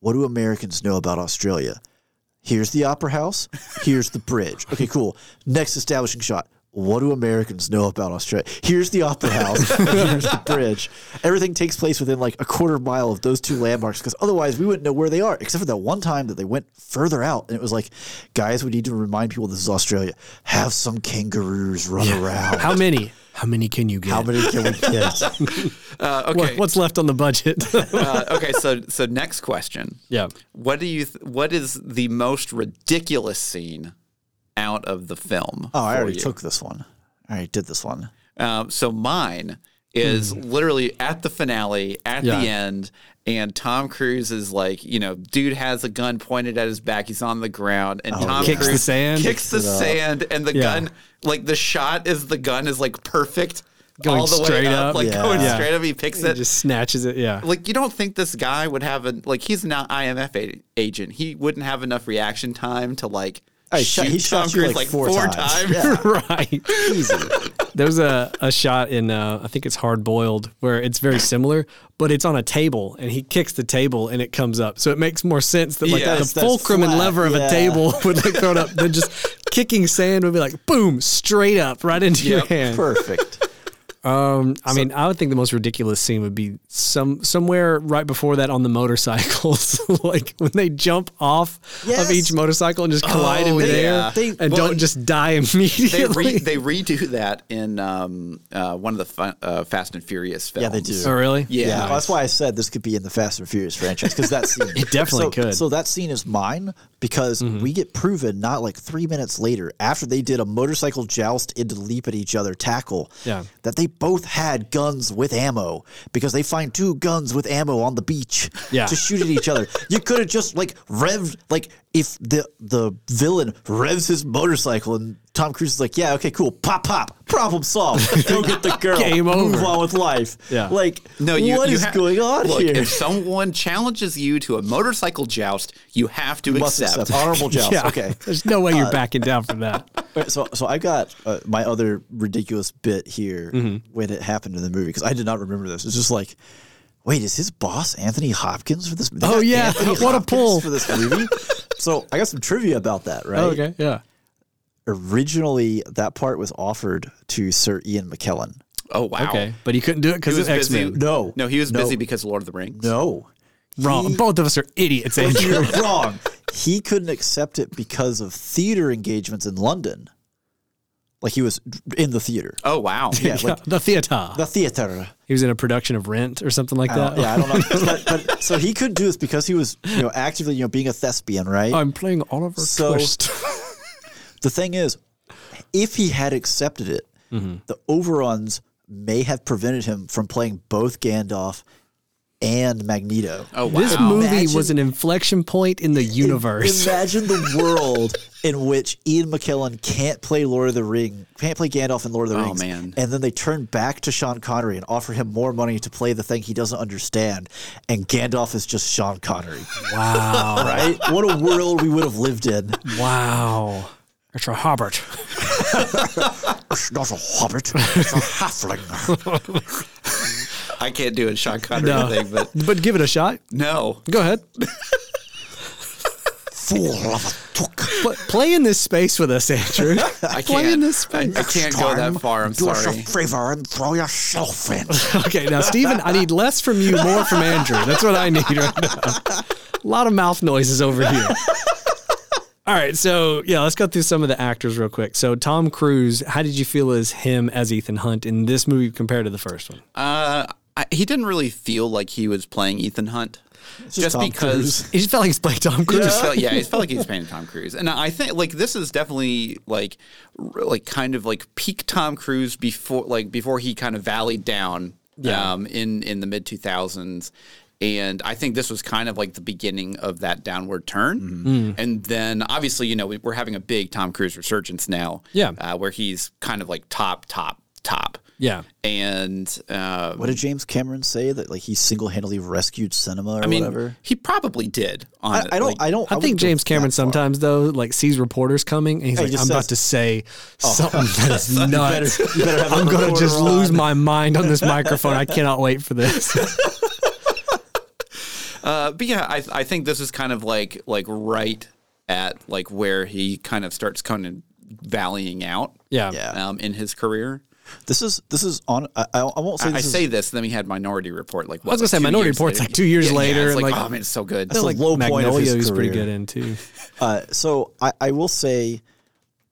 What do Americans know about Australia? Here's the opera house. Here's the bridge. Okay, cool. Next establishing shot. What do Americans know about Australia? Here's the opera house. Here's the bridge. Everything takes place within like a quarter mile of those two landmarks because otherwise we wouldn't know where they are, except for that one time that they went further out and it was like, guys, we need to remind people this is Australia. Have some kangaroos run around. How many? How many can you get? How many can we get? Uh, What- okay, what's left on the budget? uh, okay. So so next question. yeah. What do you? Th- what is the most ridiculous scene out of the film? Oh, I for already you? took this one. I already did this one. Um, so mine is literally at the finale, at Hmm. Yeah. the end, and Tom Cruise is like, you know, dude has a gun pointed at his back. He's on the ground, and Tom Oh, Kicks the Cruise sand. kicks the it up. sand, and the Yeah. gun, like the shot is the gun is like perfect. Going all the straight way up. up, like Yeah. going Yeah. straight up. He picks He it. just snatches it. Yeah. like you don't think this guy would have an like he's not IMF a- agent. He wouldn't have enough reaction time to like Hey, shoot he Tom shot you, Cruise, like, four times. right. Easy. There's a, a shot in, uh, I think it's Hard Boiled, where it's very similar, but it's on a table and he kicks the table and it comes up. So it makes more sense that like Yeah. the That's- that's fulcrum and flat, lever of a yeah. table would like thrown up. Then just kicking sand would be like, boom, straight up right into your Yep. hand. Perfect. Um, I mean, I would think the most ridiculous scene would be some somewhere right before that on the motorcycles, like when they jump off of Yes. each motorcycle and just collide in Oh, midair yeah. They- and well, don't just die immediately. They re- they redo that in um uh one of the fu- uh, Fast and Furious films. Yeah, they do. oh, really? Yeah. Yeah, that's why I said this could be in the Fast and Furious franchise because that scene it definitely so, could. Mm-hmm. So that scene is mine because we get proven not like three minutes later after they did a motorcycle joust into leap at each other tackle. Yeah. that they both had guns with ammo because they find two guns with ammo on the beach. Yeah. to shoot at each other. You could have just like revved like if the the villain revs his motorcycle and. Tom Cruise is like, yeah, okay, cool, pop, pop, problem solved. Go get the girl. Game Move over. on with life. Yeah. Like, No, you, what you is ha- going on look, here? If someone challenges you to a motorcycle joust, you have to Must accept. accept. honorable joust. Yeah. Okay. There's no way you're backing down from that. All right, So, so I got uh, my other ridiculous bit here when it happened in the movie because I did not remember this. It's just like, wait, is his boss Anthony Hopkins for this? they Oh, got yeah. Anthony What a Hopkins pull. Oh, for this movie. so I got some trivia about that. Right. okay. Yeah. Originally, that part was offered to Sir Ian McKellen. oh wow. Okay. But he couldn't do it because He of was X busy. Men. No. No, he was No. busy because of Lord of the Rings. No, Wrong. He- Both of us are idiots, Andrew. you're wrong. He couldn't accept it because of theater engagements in London. Like he was in the theater. Oh wow. Yeah, like the theater. the theater. he was in a production of Rent or something like I don't- that. Uh, yeah, I don't know. but, but so he could do this because he was, you know, actively, you know, being a thespian, right? Oh, Oh. I'm playing Oliver So- Twist. the thing is, if he had accepted it, Mm-hmm. the overruns may have prevented him from playing both Gandalf and Magneto. Oh wow. This movie Imagine- was an inflection point in the universe. Imagine the world in which Ian McKellen can't play Lord of the Ring, can't play Gandalf in Lord of the Oh, Rings, man. and then they turn back to Sean Connery and offer him more money to play the thing he doesn't understand, and Gandalf is just Sean Connery. wow. right? What a world we would have lived in. Wow. It's a Hobbit. It's not a hobbit, it's a halfling. I can't do a Sean Connery No. thing, but But give it a shot. no. Go ahead. Fool of a took. Pl- play in this space with us, Andrew. I Play in can't. this I, I space. can't go that Time, far. I'm do us sorry. a favor and throw yourself in. Okay, now Stephen, I need less from you, more from Andrew. That's what I need right now. A lot of mouth noises over here. All right, so yeah, let's go through some of the actors real quick. So Tom Cruise, how did you feel as him as Ethan Hunt in this movie compared to the first one? Uh, I, he didn't really feel like he was playing Ethan Hunt, just, Tom because. It just felt like he's playing Tom It Cruise. just felt, yeah, it felt like he was playing Tom Cruise, and I think like this is definitely like, r- like kind of like peak Tom Cruise before like before he kind of valleyed down, um, in in the mid two thousands, and I think this was kind of like the beginning of that downward turn, Mm-hmm. and then obviously you know we, we're having a big Tom Cruise resurgence now, Yeah. uh, where he's kind of like top top top, Yeah. and uh, What did James Cameron say that like he single handedly rescued cinema or I mean, whatever? he probably did. On I, it, I don't. like- I don't. I think wouldn't go James that Cameron far. sometimes though like sees reporters coming and he's Hey, like, he I'm just about says- "Oh." to say something that is nuts. You better have I'm a gonna recorder just on. lose my mind on this microphone. I cannot wait for this. uh, but yeah, I, I think this is kind of like like right at like where he kind of starts kind of valleying out. Yeah. Yeah. Um, in his career, This is this is on. I, I I won't say I this is say this. Then we had Minority Report. Like what, was gonna like say two Minority years Report's later? like two years Yeah, later, It's like, like- oh man, it's so good. That's a like low point of Magnolia his he was pretty career. good in too. Uh, so I, I will say,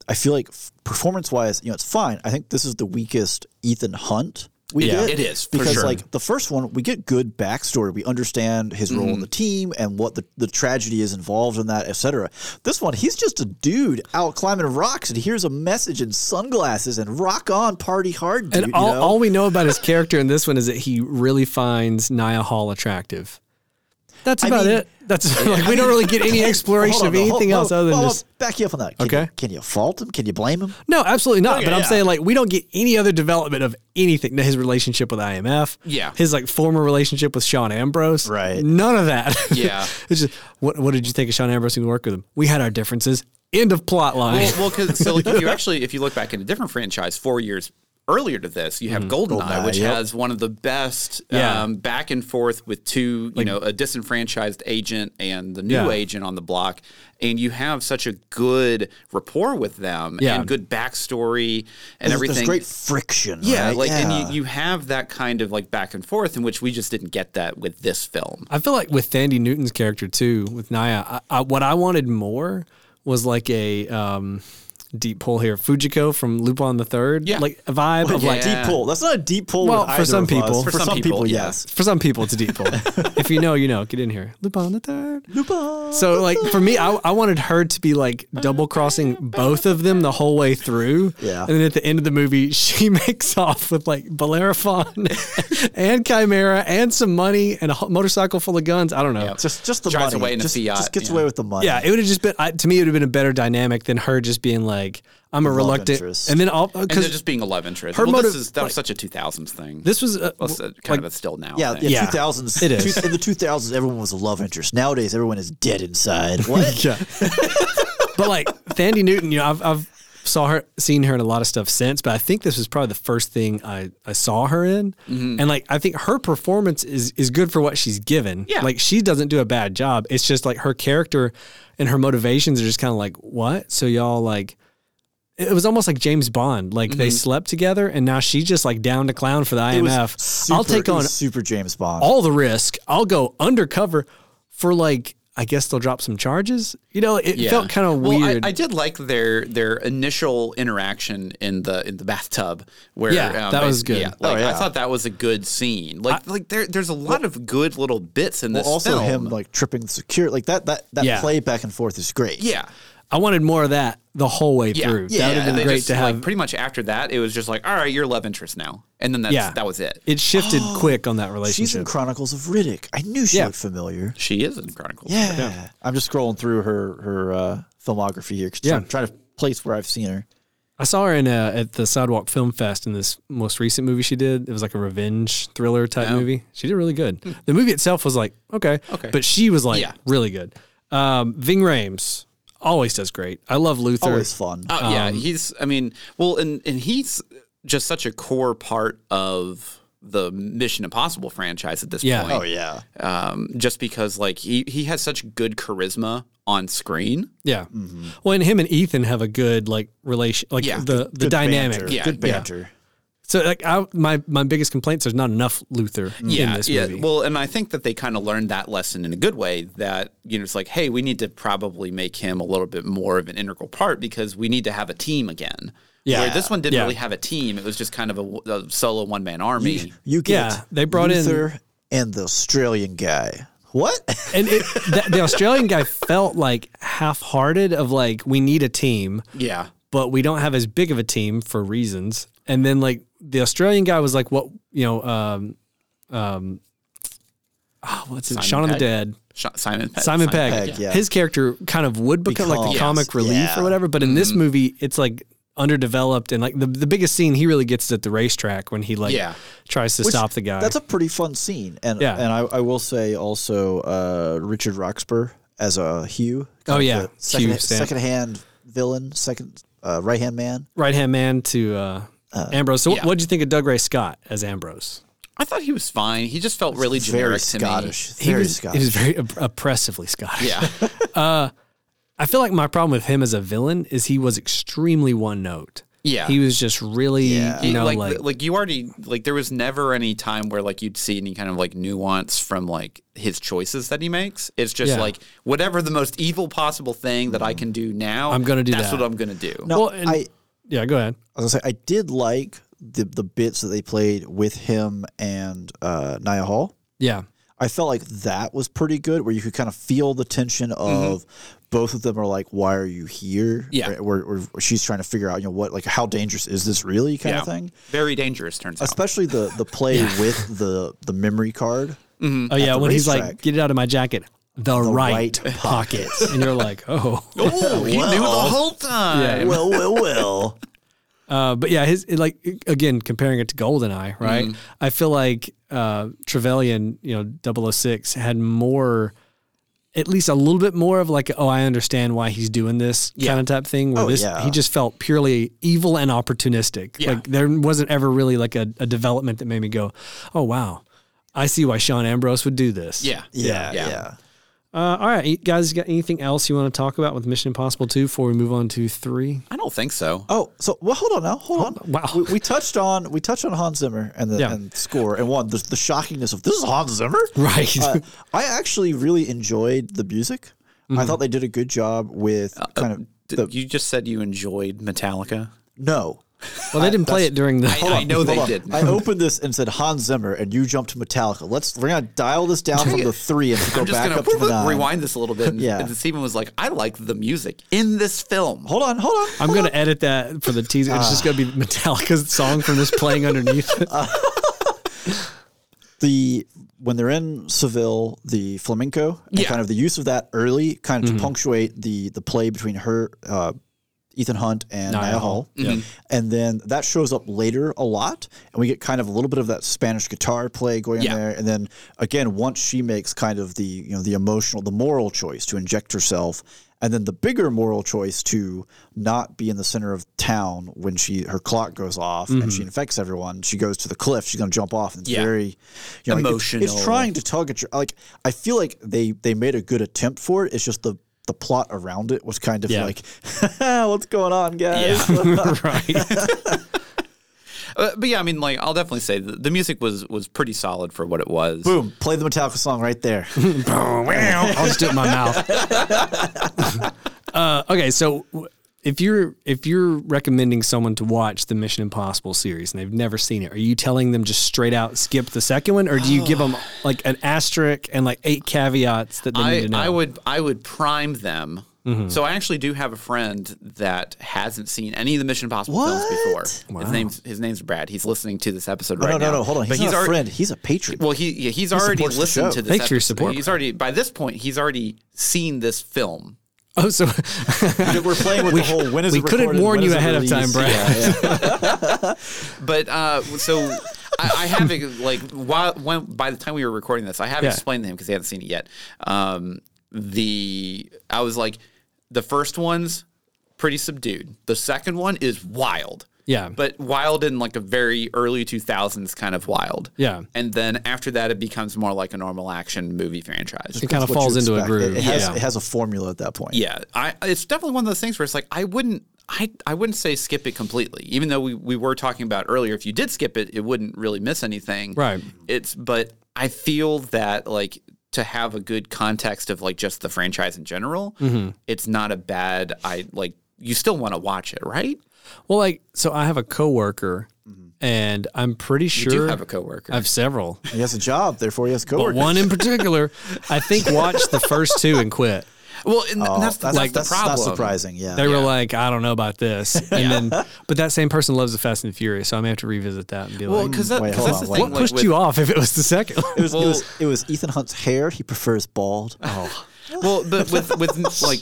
I feel like performance wise, you know, it's fine. I think this is the weakest Ethan Hunt. We Yeah, it get, is, for because sure. like the first one, we get good backstory. We understand his role in Mm-hmm. the team and what the, the tragedy is involved in that, etc. This one, he's just a dude out climbing rocks and hears a message in sunglasses and rock on, party hard, dude. And all, you know? all we know about his character in this one is that he really finds Nia Hall attractive. That's I about mean- it. That's like we don't really get any exploration Hold of on, hold- anything hold- else other than hold- just. Back you up on that. Can Okay. You, can you fault him? Can you blame him? No, absolutely not. Okay, but I'm yeah. saying like we don't get any other development of anything. His relationship with IMF, Yeah. his like former relationship with Sean Ambrose, Right. None of that. Yeah. it's just what what did you think of Sean Ambrose when you worked with him? We had our differences. End of plot line. Well, well, 'cause- so like if you actually if you look back in a different franchise four years earlier to this, you have Goldeneye, GoldenEye, which yep. has one of the best Mm-hmm. Yeah. um, back and forth with two, you know, a disenfranchised agent and the new Yeah. agent on the block, and you have such a good rapport with them Yeah. and good backstory and There's, everything. there's great friction. yeah, right? like and you, you have that kind of like back and forth in which we just didn't get that with this film. I feel like with Thandi Newton's character too, with Naya, I, I, what I wanted more was like a um, deep pull here, Fujiko from Lupin the Third, Yeah. like a vibe of like yeah. deep pull. That's not a deep pull. Well, with for either some of people. us. for, some, people, yes. for some people it's a deep pull. if you know, you know. Get in here, Lupin the Third. Lupin. So like for me, I, I wanted her to be like double crossing both of them the whole way through. Yeah. And then at the end of the movie, she makes off with like Bellerophon and Chimera and some money and a ho- motorcycle full of guns. I don't know. Just, just the Drives money. away in a just, Fiat, just gets yeah. away with the money. Yeah, it would have just been I, to me. It would have been a better dynamic than her just being like, "I'm a reluctant," interest. and then all And because they're just being a love interest. her well, motive- this is that like- was such a 2000s thing. this was uh, well, so- kind like, of a still now. Yeah, thing. yeah, Yeah. 2000s. It is. two- in the 2000s, everyone was a love interest. Nowadays, everyone is dead inside. What? yeah. but like Thandi Newton, you know, I've, I've saw her, seen her in a lot of stuff since, but I think this was probably the first thing I, I saw her in, Mm-hmm. and like I think her performance is is good for what she's given. Yeah. like she doesn't do a bad job. It's just like her character and her motivations are just kind of like what? So y'all like. It was almost like James Bond. Like they slept together, and now she's just like down to clown for the Mm-hmm. It was IMF. super- I'll take it on was super James Bond. all the risk. I'll go undercover for like I guess they'll drop some charges. You know, it felt kind of Well, I- weird. I, did like their their initial interaction in the in the bathtub where Yeah, that was basi- good. like, Oh, yeah. I thought that was a good scene. Like like there there's a lot of good little bits in this well, also film. him like tripping secure like that that that Yeah. play back and forth is great. yeah. I wanted more of that the whole way Yeah, through. that yeah, would have and been they great just, to have. Like, pretty much after that, it was just like, all right, you're love interest now, and then that's, yeah, that was it. It shifted quick on that She's in relationship. Chronicles of Riddick. I knew she Yeah. looked familiar. She is in Chronicles. Yeah. I'm just scrolling through her her uh, filmography here, 'cause Yeah. trying, trying to place where I've seen her. I saw her in uh at the Sidewalk Film Fest in this most recent movie she did. It was like a revenge thriller type movie. She did really good. The movie itself was like okay, Hmm. Okay. but she was like Yeah. really good. Um, Ving Rhames always does great. I love Luther. Always fun. Uh, Oh um, yeah, he's. I mean, well, and and he's just such a core part of the Mission Impossible franchise at this Yeah. point. oh yeah. um, just because like he he has such good charisma on screen. Yeah. Well, and him and Ethan have a good like relation, like Mm-hmm. Yeah. the the Good dynamic. banter. Yeah, Good yeah. banter. So like I, my my biggest complaints there's not enough Luther in this movie. Well, and I think that they kind of learned that lesson in a good way. That you know, it's like, hey, we need to probably make him a little bit more of an integral part because we need to have a team again. Yeah. Where this one didn't Yeah. really have a team; it was just kind of a, a solo one man army. You get Yeah, they brought in- Luther and the Australian guy. What? and it, that, the Australian guy felt like half-hearted of like we need a team, yeah. but we don't have as big of a team for reasons. And then like the Australian guy was like, what you know, um, um, oh, what's it? Shaun of the Pegg? Dead. Sh- Simon Pegg. Simon Pegg, Pegg, yeah. his character kind of would become like the Becomes, comic relief or yeah. whatever. But in Mm-hmm. this movie, it's like underdeveloped and like the, the biggest scene he really gets is at the racetrack when he like Yeah. tries to Which- stop the guy. That's a pretty fun scene. And Yeah. and I, I will say also uh, Richard Roxburgh as a Hugh. Oh, kind of yeah. the second, Hugh Stamp. second hand villain, second uh, right hand man. right hand man to uh, Ambrose. So yeah. what do you think of Doug Ray Scott as Ambrose? I thought he was fine. He just felt really Very generic to me. Scottish. he Very was, Scottish. He was very op- oppressively Scottish. Yeah. I feel like my problem with him as a villain is he was extremely one note. Yeah. He was just really, Yeah. you know, like, like, like you already like there was never any time where like you'd see any kind of like nuance from like his choices that he makes. It's just Yeah. like whatever the most evil possible thing that I can do now, I'm gonna do That's that. what I'm gonna do. Now, well, and- I, yeah, go ahead. I was gonna say I did like the the bits that they played with him and uh, Nia Hall. Yeah. I felt like that was pretty good, where you could kind of feel the tension of both of them are like, "Why are you here?" Yeah. Or- or, or, she's trying to figure out, you know, what like how dangerous is this really kind Yeah. of thing. Very dangerous, turns out. Especially the the play with the the memory card. Oh yeah, the when he's like, racetrack. "Get it out of my jacket," the, right, right pocket, and you're like, "Oh." Oh, he knew the whole time. Well, well, well. Uh, but yeah, his like again comparing it to Goldeneye, right? Mm-hmm. I feel like uh, Trevelyan, you know, 006 had more, at least a little bit more of like, oh, I understand why he's doing this kind of type thing. Where Oh, this, yeah. he just felt purely evil and opportunistic. Yeah. Like there wasn't ever really like a, a development that made me go, oh wow, I see why Sean Ambrose would do this. Yeah. Yeah, Yeah. yeah. Uh, all right, you guys, got anything else you want to talk about with Mission Impossible Two before we move on to three? I don't think so. Oh, so well, hold on now. Hold on. wow. We, we touched on we touched on Hans Zimmer and the Yeah. and score and one the, the shockingness of this is Hans Zimmer. Right. Uh, I actually really enjoyed the music. I thought they did a good job with kind of D- the you just said you enjoyed Metallica. no. well, they didn't play it during the. I know they Hold on. didn't. I opened this and said Hans Zimmer, and you jumped to Metallica. Let's we're gonna dial this down from the three and go I'm just back gonna up to the nine. rewind this a little bit. And, Yeah. and Steven was like, "I like the music in this film." Hold on, hold on. I'm going to edit that for the teaser. It's just going Ah. to be Metallica's song from this playing underneath. the when they're in Seville, the flamenco, and Yeah. kind of the use of that early, kind of to punctuate the the play between her, uh, Ethan Hunt and Nia, Hall. Hall, Mm-hmm. and then that shows up later a lot, and we get kind of a little bit of that Spanish guitar play going Yeah. on there, and then again once she makes kind of the you know the emotional, the moral choice to inject herself. And then the bigger moral choice to not be in the center of town when she her clock goes off and she infects everyone. She goes to the cliff. She's gonna jump off. And it's Yeah. very you know, like, it's- It's, Emotional. trying to tug at your like. I feel like they they made a good attempt for it. It's just the the plot around it was kind of Yeah. like, what's going on, guys? right. Uh, but yeah, I mean, like, I'll definitely say the, the music was was pretty solid for what it was. Boom! Play the Metallica song right there. Oh, I'll just do it in my mouth. uh, okay, so w- if you're if you're recommending someone to watch the Mission Impossible series and they've never seen it, are you telling them just straight out skip the second one, or do you give them like an asterisk and like eight caveats that they need I, to know? I would I would prime them. Mm-hmm. So I actually do have a friend that hasn't seen any of the Mission Impossible films before. His name's his name's Brad. He's listening to this episode Oh, No, right no, now. no, no. Hold on. He's, but he's not a already, friend. He's a patron. Well, he yeah, he's already supports the listened to show. this. Thanks for your episode. support, He's already by this point. He's already seen this film. oh, so We're playing with the whole when is we it couldn't recorded, warn you when is it ahead of time, released? Brad. Yeah, yeah. But uh, so I, I have like while when by the time we were recording this, I have Yeah. explained to him because he hadn't seen it yet. Um, the I was like, the first one's pretty subdued. The second one is wild. Yeah. but wild in like a very early two thousands kind of wild. Yeah. and then after that, it becomes more like a normal action movie franchise. it kind of What you falls into a expect. groove. It, it has yeah. it has a formula at that point. Yeah, I it's definitely one of those things where it's like I wouldn't I I wouldn't say skip it completely. Even though we, we were talking about earlier, if you did skip it, it wouldn't really miss anything. Right. It's but I feel that like to have a good context of like just the franchise in general, Mm-hmm. it's not a bad I like you still want to watch it, right? Well, like, so I have a coworker, and I'm pretty sure do have a coworker. I have several, He has a job, therefore he has but coworkers. one in particular, I think watched the first two and quit. Well, and th- that's, that's, that's like, the Oh, that's problem. not surprising. Yeah. They were like, I don't know about this, and then, but that same person loves the Fast and the Furious, so I may have to revisit that and be Well, like, because that, Wait, 'cause hold that's on, the wait. thing. what like, pushed with- you off if it was the second? It was, it, Well- was, it was Ethan Hunt's hair. He prefers bald. oh, Well, but with with like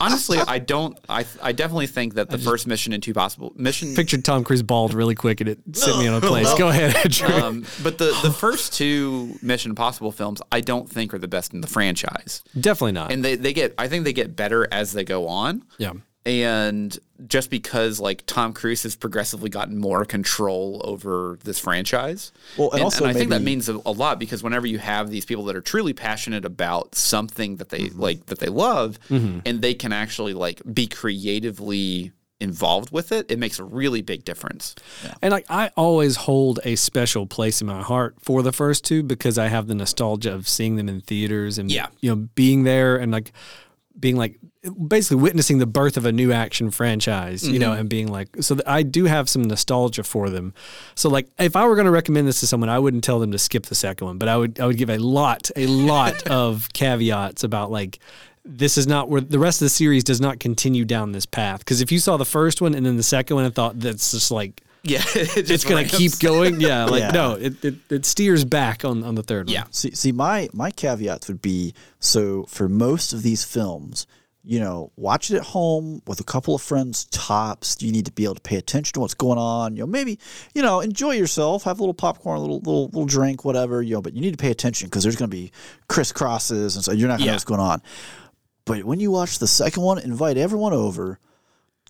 honestly, I don't. I I definitely think that the first mission in two possible mission. pictured Tom Cruise bald really quick, and it sent me on a place. Go ahead, Andrew. Um, but the the first two Mission Impossible films, I don't think are the best in the franchise, Definitely not. and they they get. I think they get better as they go on. yeah, And just because like Tom Cruise has progressively gotten more control over this franchise, Well, and also I think that maybe- means a, a lot because whenever you have these people that are truly passionate about something that they Mm-hmm. like that they love, and they can actually like be creatively involved with it, it makes a really big difference. and like I always hold a special place in my heart for the first two because I have the nostalgia of seeing them in theaters and Yeah. you know being there and like being like basically witnessing the birth of a new action franchise, you know, and being like so th- I do have some nostalgia for them. So like if I were going to recommend this to someone, I wouldn't tell them to skip the second one, but I would I would give a lot a lot of caveats about like this is not where the rest of the series does not continue down this path. Because if you saw the first one and then the second one and thought that's just like Yeah, it's going to keep going, yeah, like Yeah. no, it, it it steers back on on the third one. Yeah. See, see, my my caveats would be so for most of these films, you know, watch it at home with a couple of friends tops. You need to be able to pay attention to what's going on. You know, maybe you know, enjoy yourself, have a little popcorn, a little little little drink, whatever. You know, but you need to pay attention because there's going to be crisscrosses, and so you're not going to know Yeah. what's going on. But when you watch the second one, invite everyone over.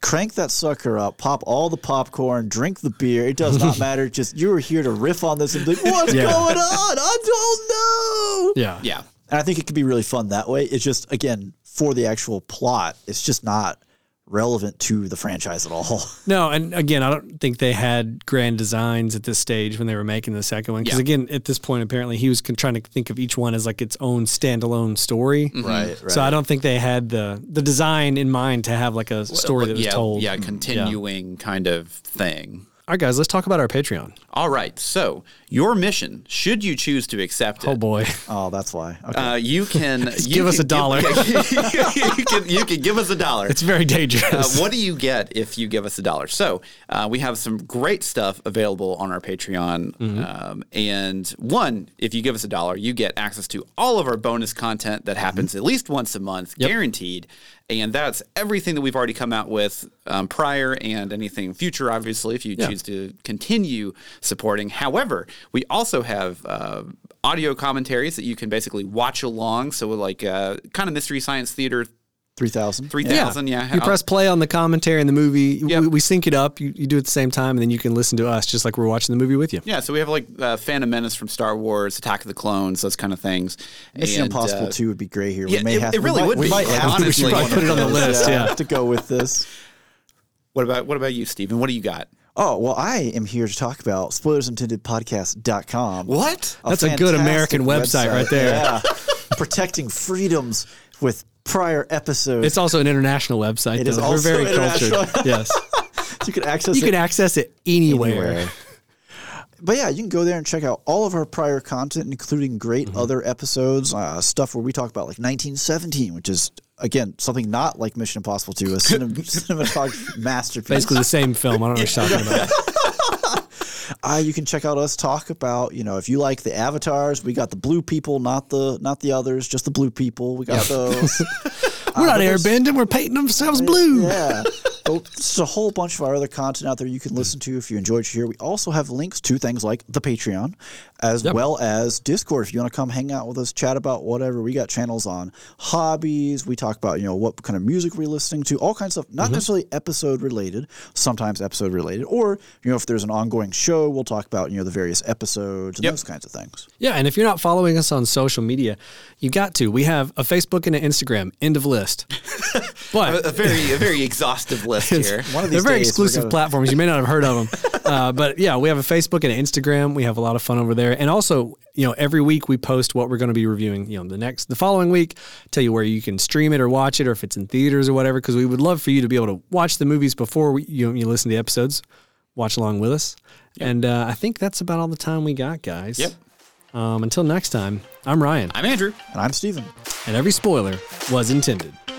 Crank that sucker up, pop all the popcorn, drink the beer. It does not matter. Just you were here to riff on this and be like, what's Yeah. going on? I don't know. Yeah. Yeah, And I think it could be really fun that way. It's just, again, for the actual plot, it's just not relevant to the franchise at all. No, and again, I don't think they had grand designs at this stage when they were making the second one. Because Yeah. again, at this point, apparently he was con- trying to think of each one as like its own standalone story. Mm-hmm. Right, right. So I don't think they had the the design in mind to have like a story that was yeah, told. Mm-hmm. yeah, continuing kind of thing. All right, guys, let's talk about our Patreon. All right, so your mission, should you choose to accept Oh it, boy, oh, that's why. Okay. uh, you can you give us can a dollar. you, can, you can give us a dollar. it's very Uh, dangerous. what do you get if you give us a dollar? So uh, we have some great stuff available on our Patreon. Um, and one, if you give us a dollar, you get access to all of our bonus content that happens at least once a month, guaranteed. And that's everything that we've already come out with um, prior and anything future, obviously, if you choose to continue supporting. However, we also have. Uh, Audio commentaries that you can basically watch along. So, like, uh, kind of mystery science theater 3000. 3000. Yeah. You press play on the commentary in the movie. Yep. We, we sync it up. You, you do it at the same time, and then you can listen to us just like we're watching the movie with you. Yeah, so we have like uh, Phantom Menace from Star Wars, Attack of the Clones, those kind of things. Mission And, Impossible uh, 2 would be great here. yeah, we may it- have it we really might- would we be. might Like, have to- honestly, we should probably one of put it on the those. list. Yeah. yeah. To go with this. What about what about you, Steven? What do you got? Oh, well, I am here to talk about spoilersintendedpodcast.com. What? That's a good fantastic American website right there. Yeah. Protecting freedoms with prior episodes. It's also an international website. It though. is we're also very international. cultured. yes, you can access you it can access it anywhere. anywhere. but yeah, you can go there and check out all of our prior content, including great Mm-hmm. other episodes, uh, stuff where we talk about like 1917, which is again something not like Mission Impossible 2, a cinem- cinematography masterpiece. Basically the same film. I don't know what you're talking about. Uh, you can check out us talk about you know if you like the avatars, we got the blue people, not the not the others, just the blue people. We got those. We're not airbending. We're painting ourselves blue. Yeah. But There's a whole bunch of our other content out there you can listen to if you enjoyed your year. We also have links to things like the Patreon, as well as Discord. If you want to come hang out with us, chat about whatever. We got channels on hobbies. We talk about, you know, what kind of music we're listening to, all kinds of stuff, not necessarily episode related, sometimes episode related. Or, you know, if there's an ongoing show, we'll talk about, you know, the various episodes and those kinds of things. Yeah, and if you're not following us on social media, you got to. We have a Facebook and an Instagram. End of list. But A very a very exhaustive list here. One of they're these very days, we're exclusive gonna- platforms. You may not have heard of them, uh, but yeah, we have a Facebook and an Instagram. We have a lot of fun over there, and also, you know, every week we post what we're going to be reviewing. You know, the next, the following week, tell you where you can stream it or watch it, or if it's in theaters or whatever. Because we would love for you to be able to watch the movies before we, you, you listen to the episodes, watch along with us, and uh, I think that's about all the time we got, guys. Yep. Um, until next time, I'm Ryan, I'm Andrew. And I'm Steven. and every spoiler was intended.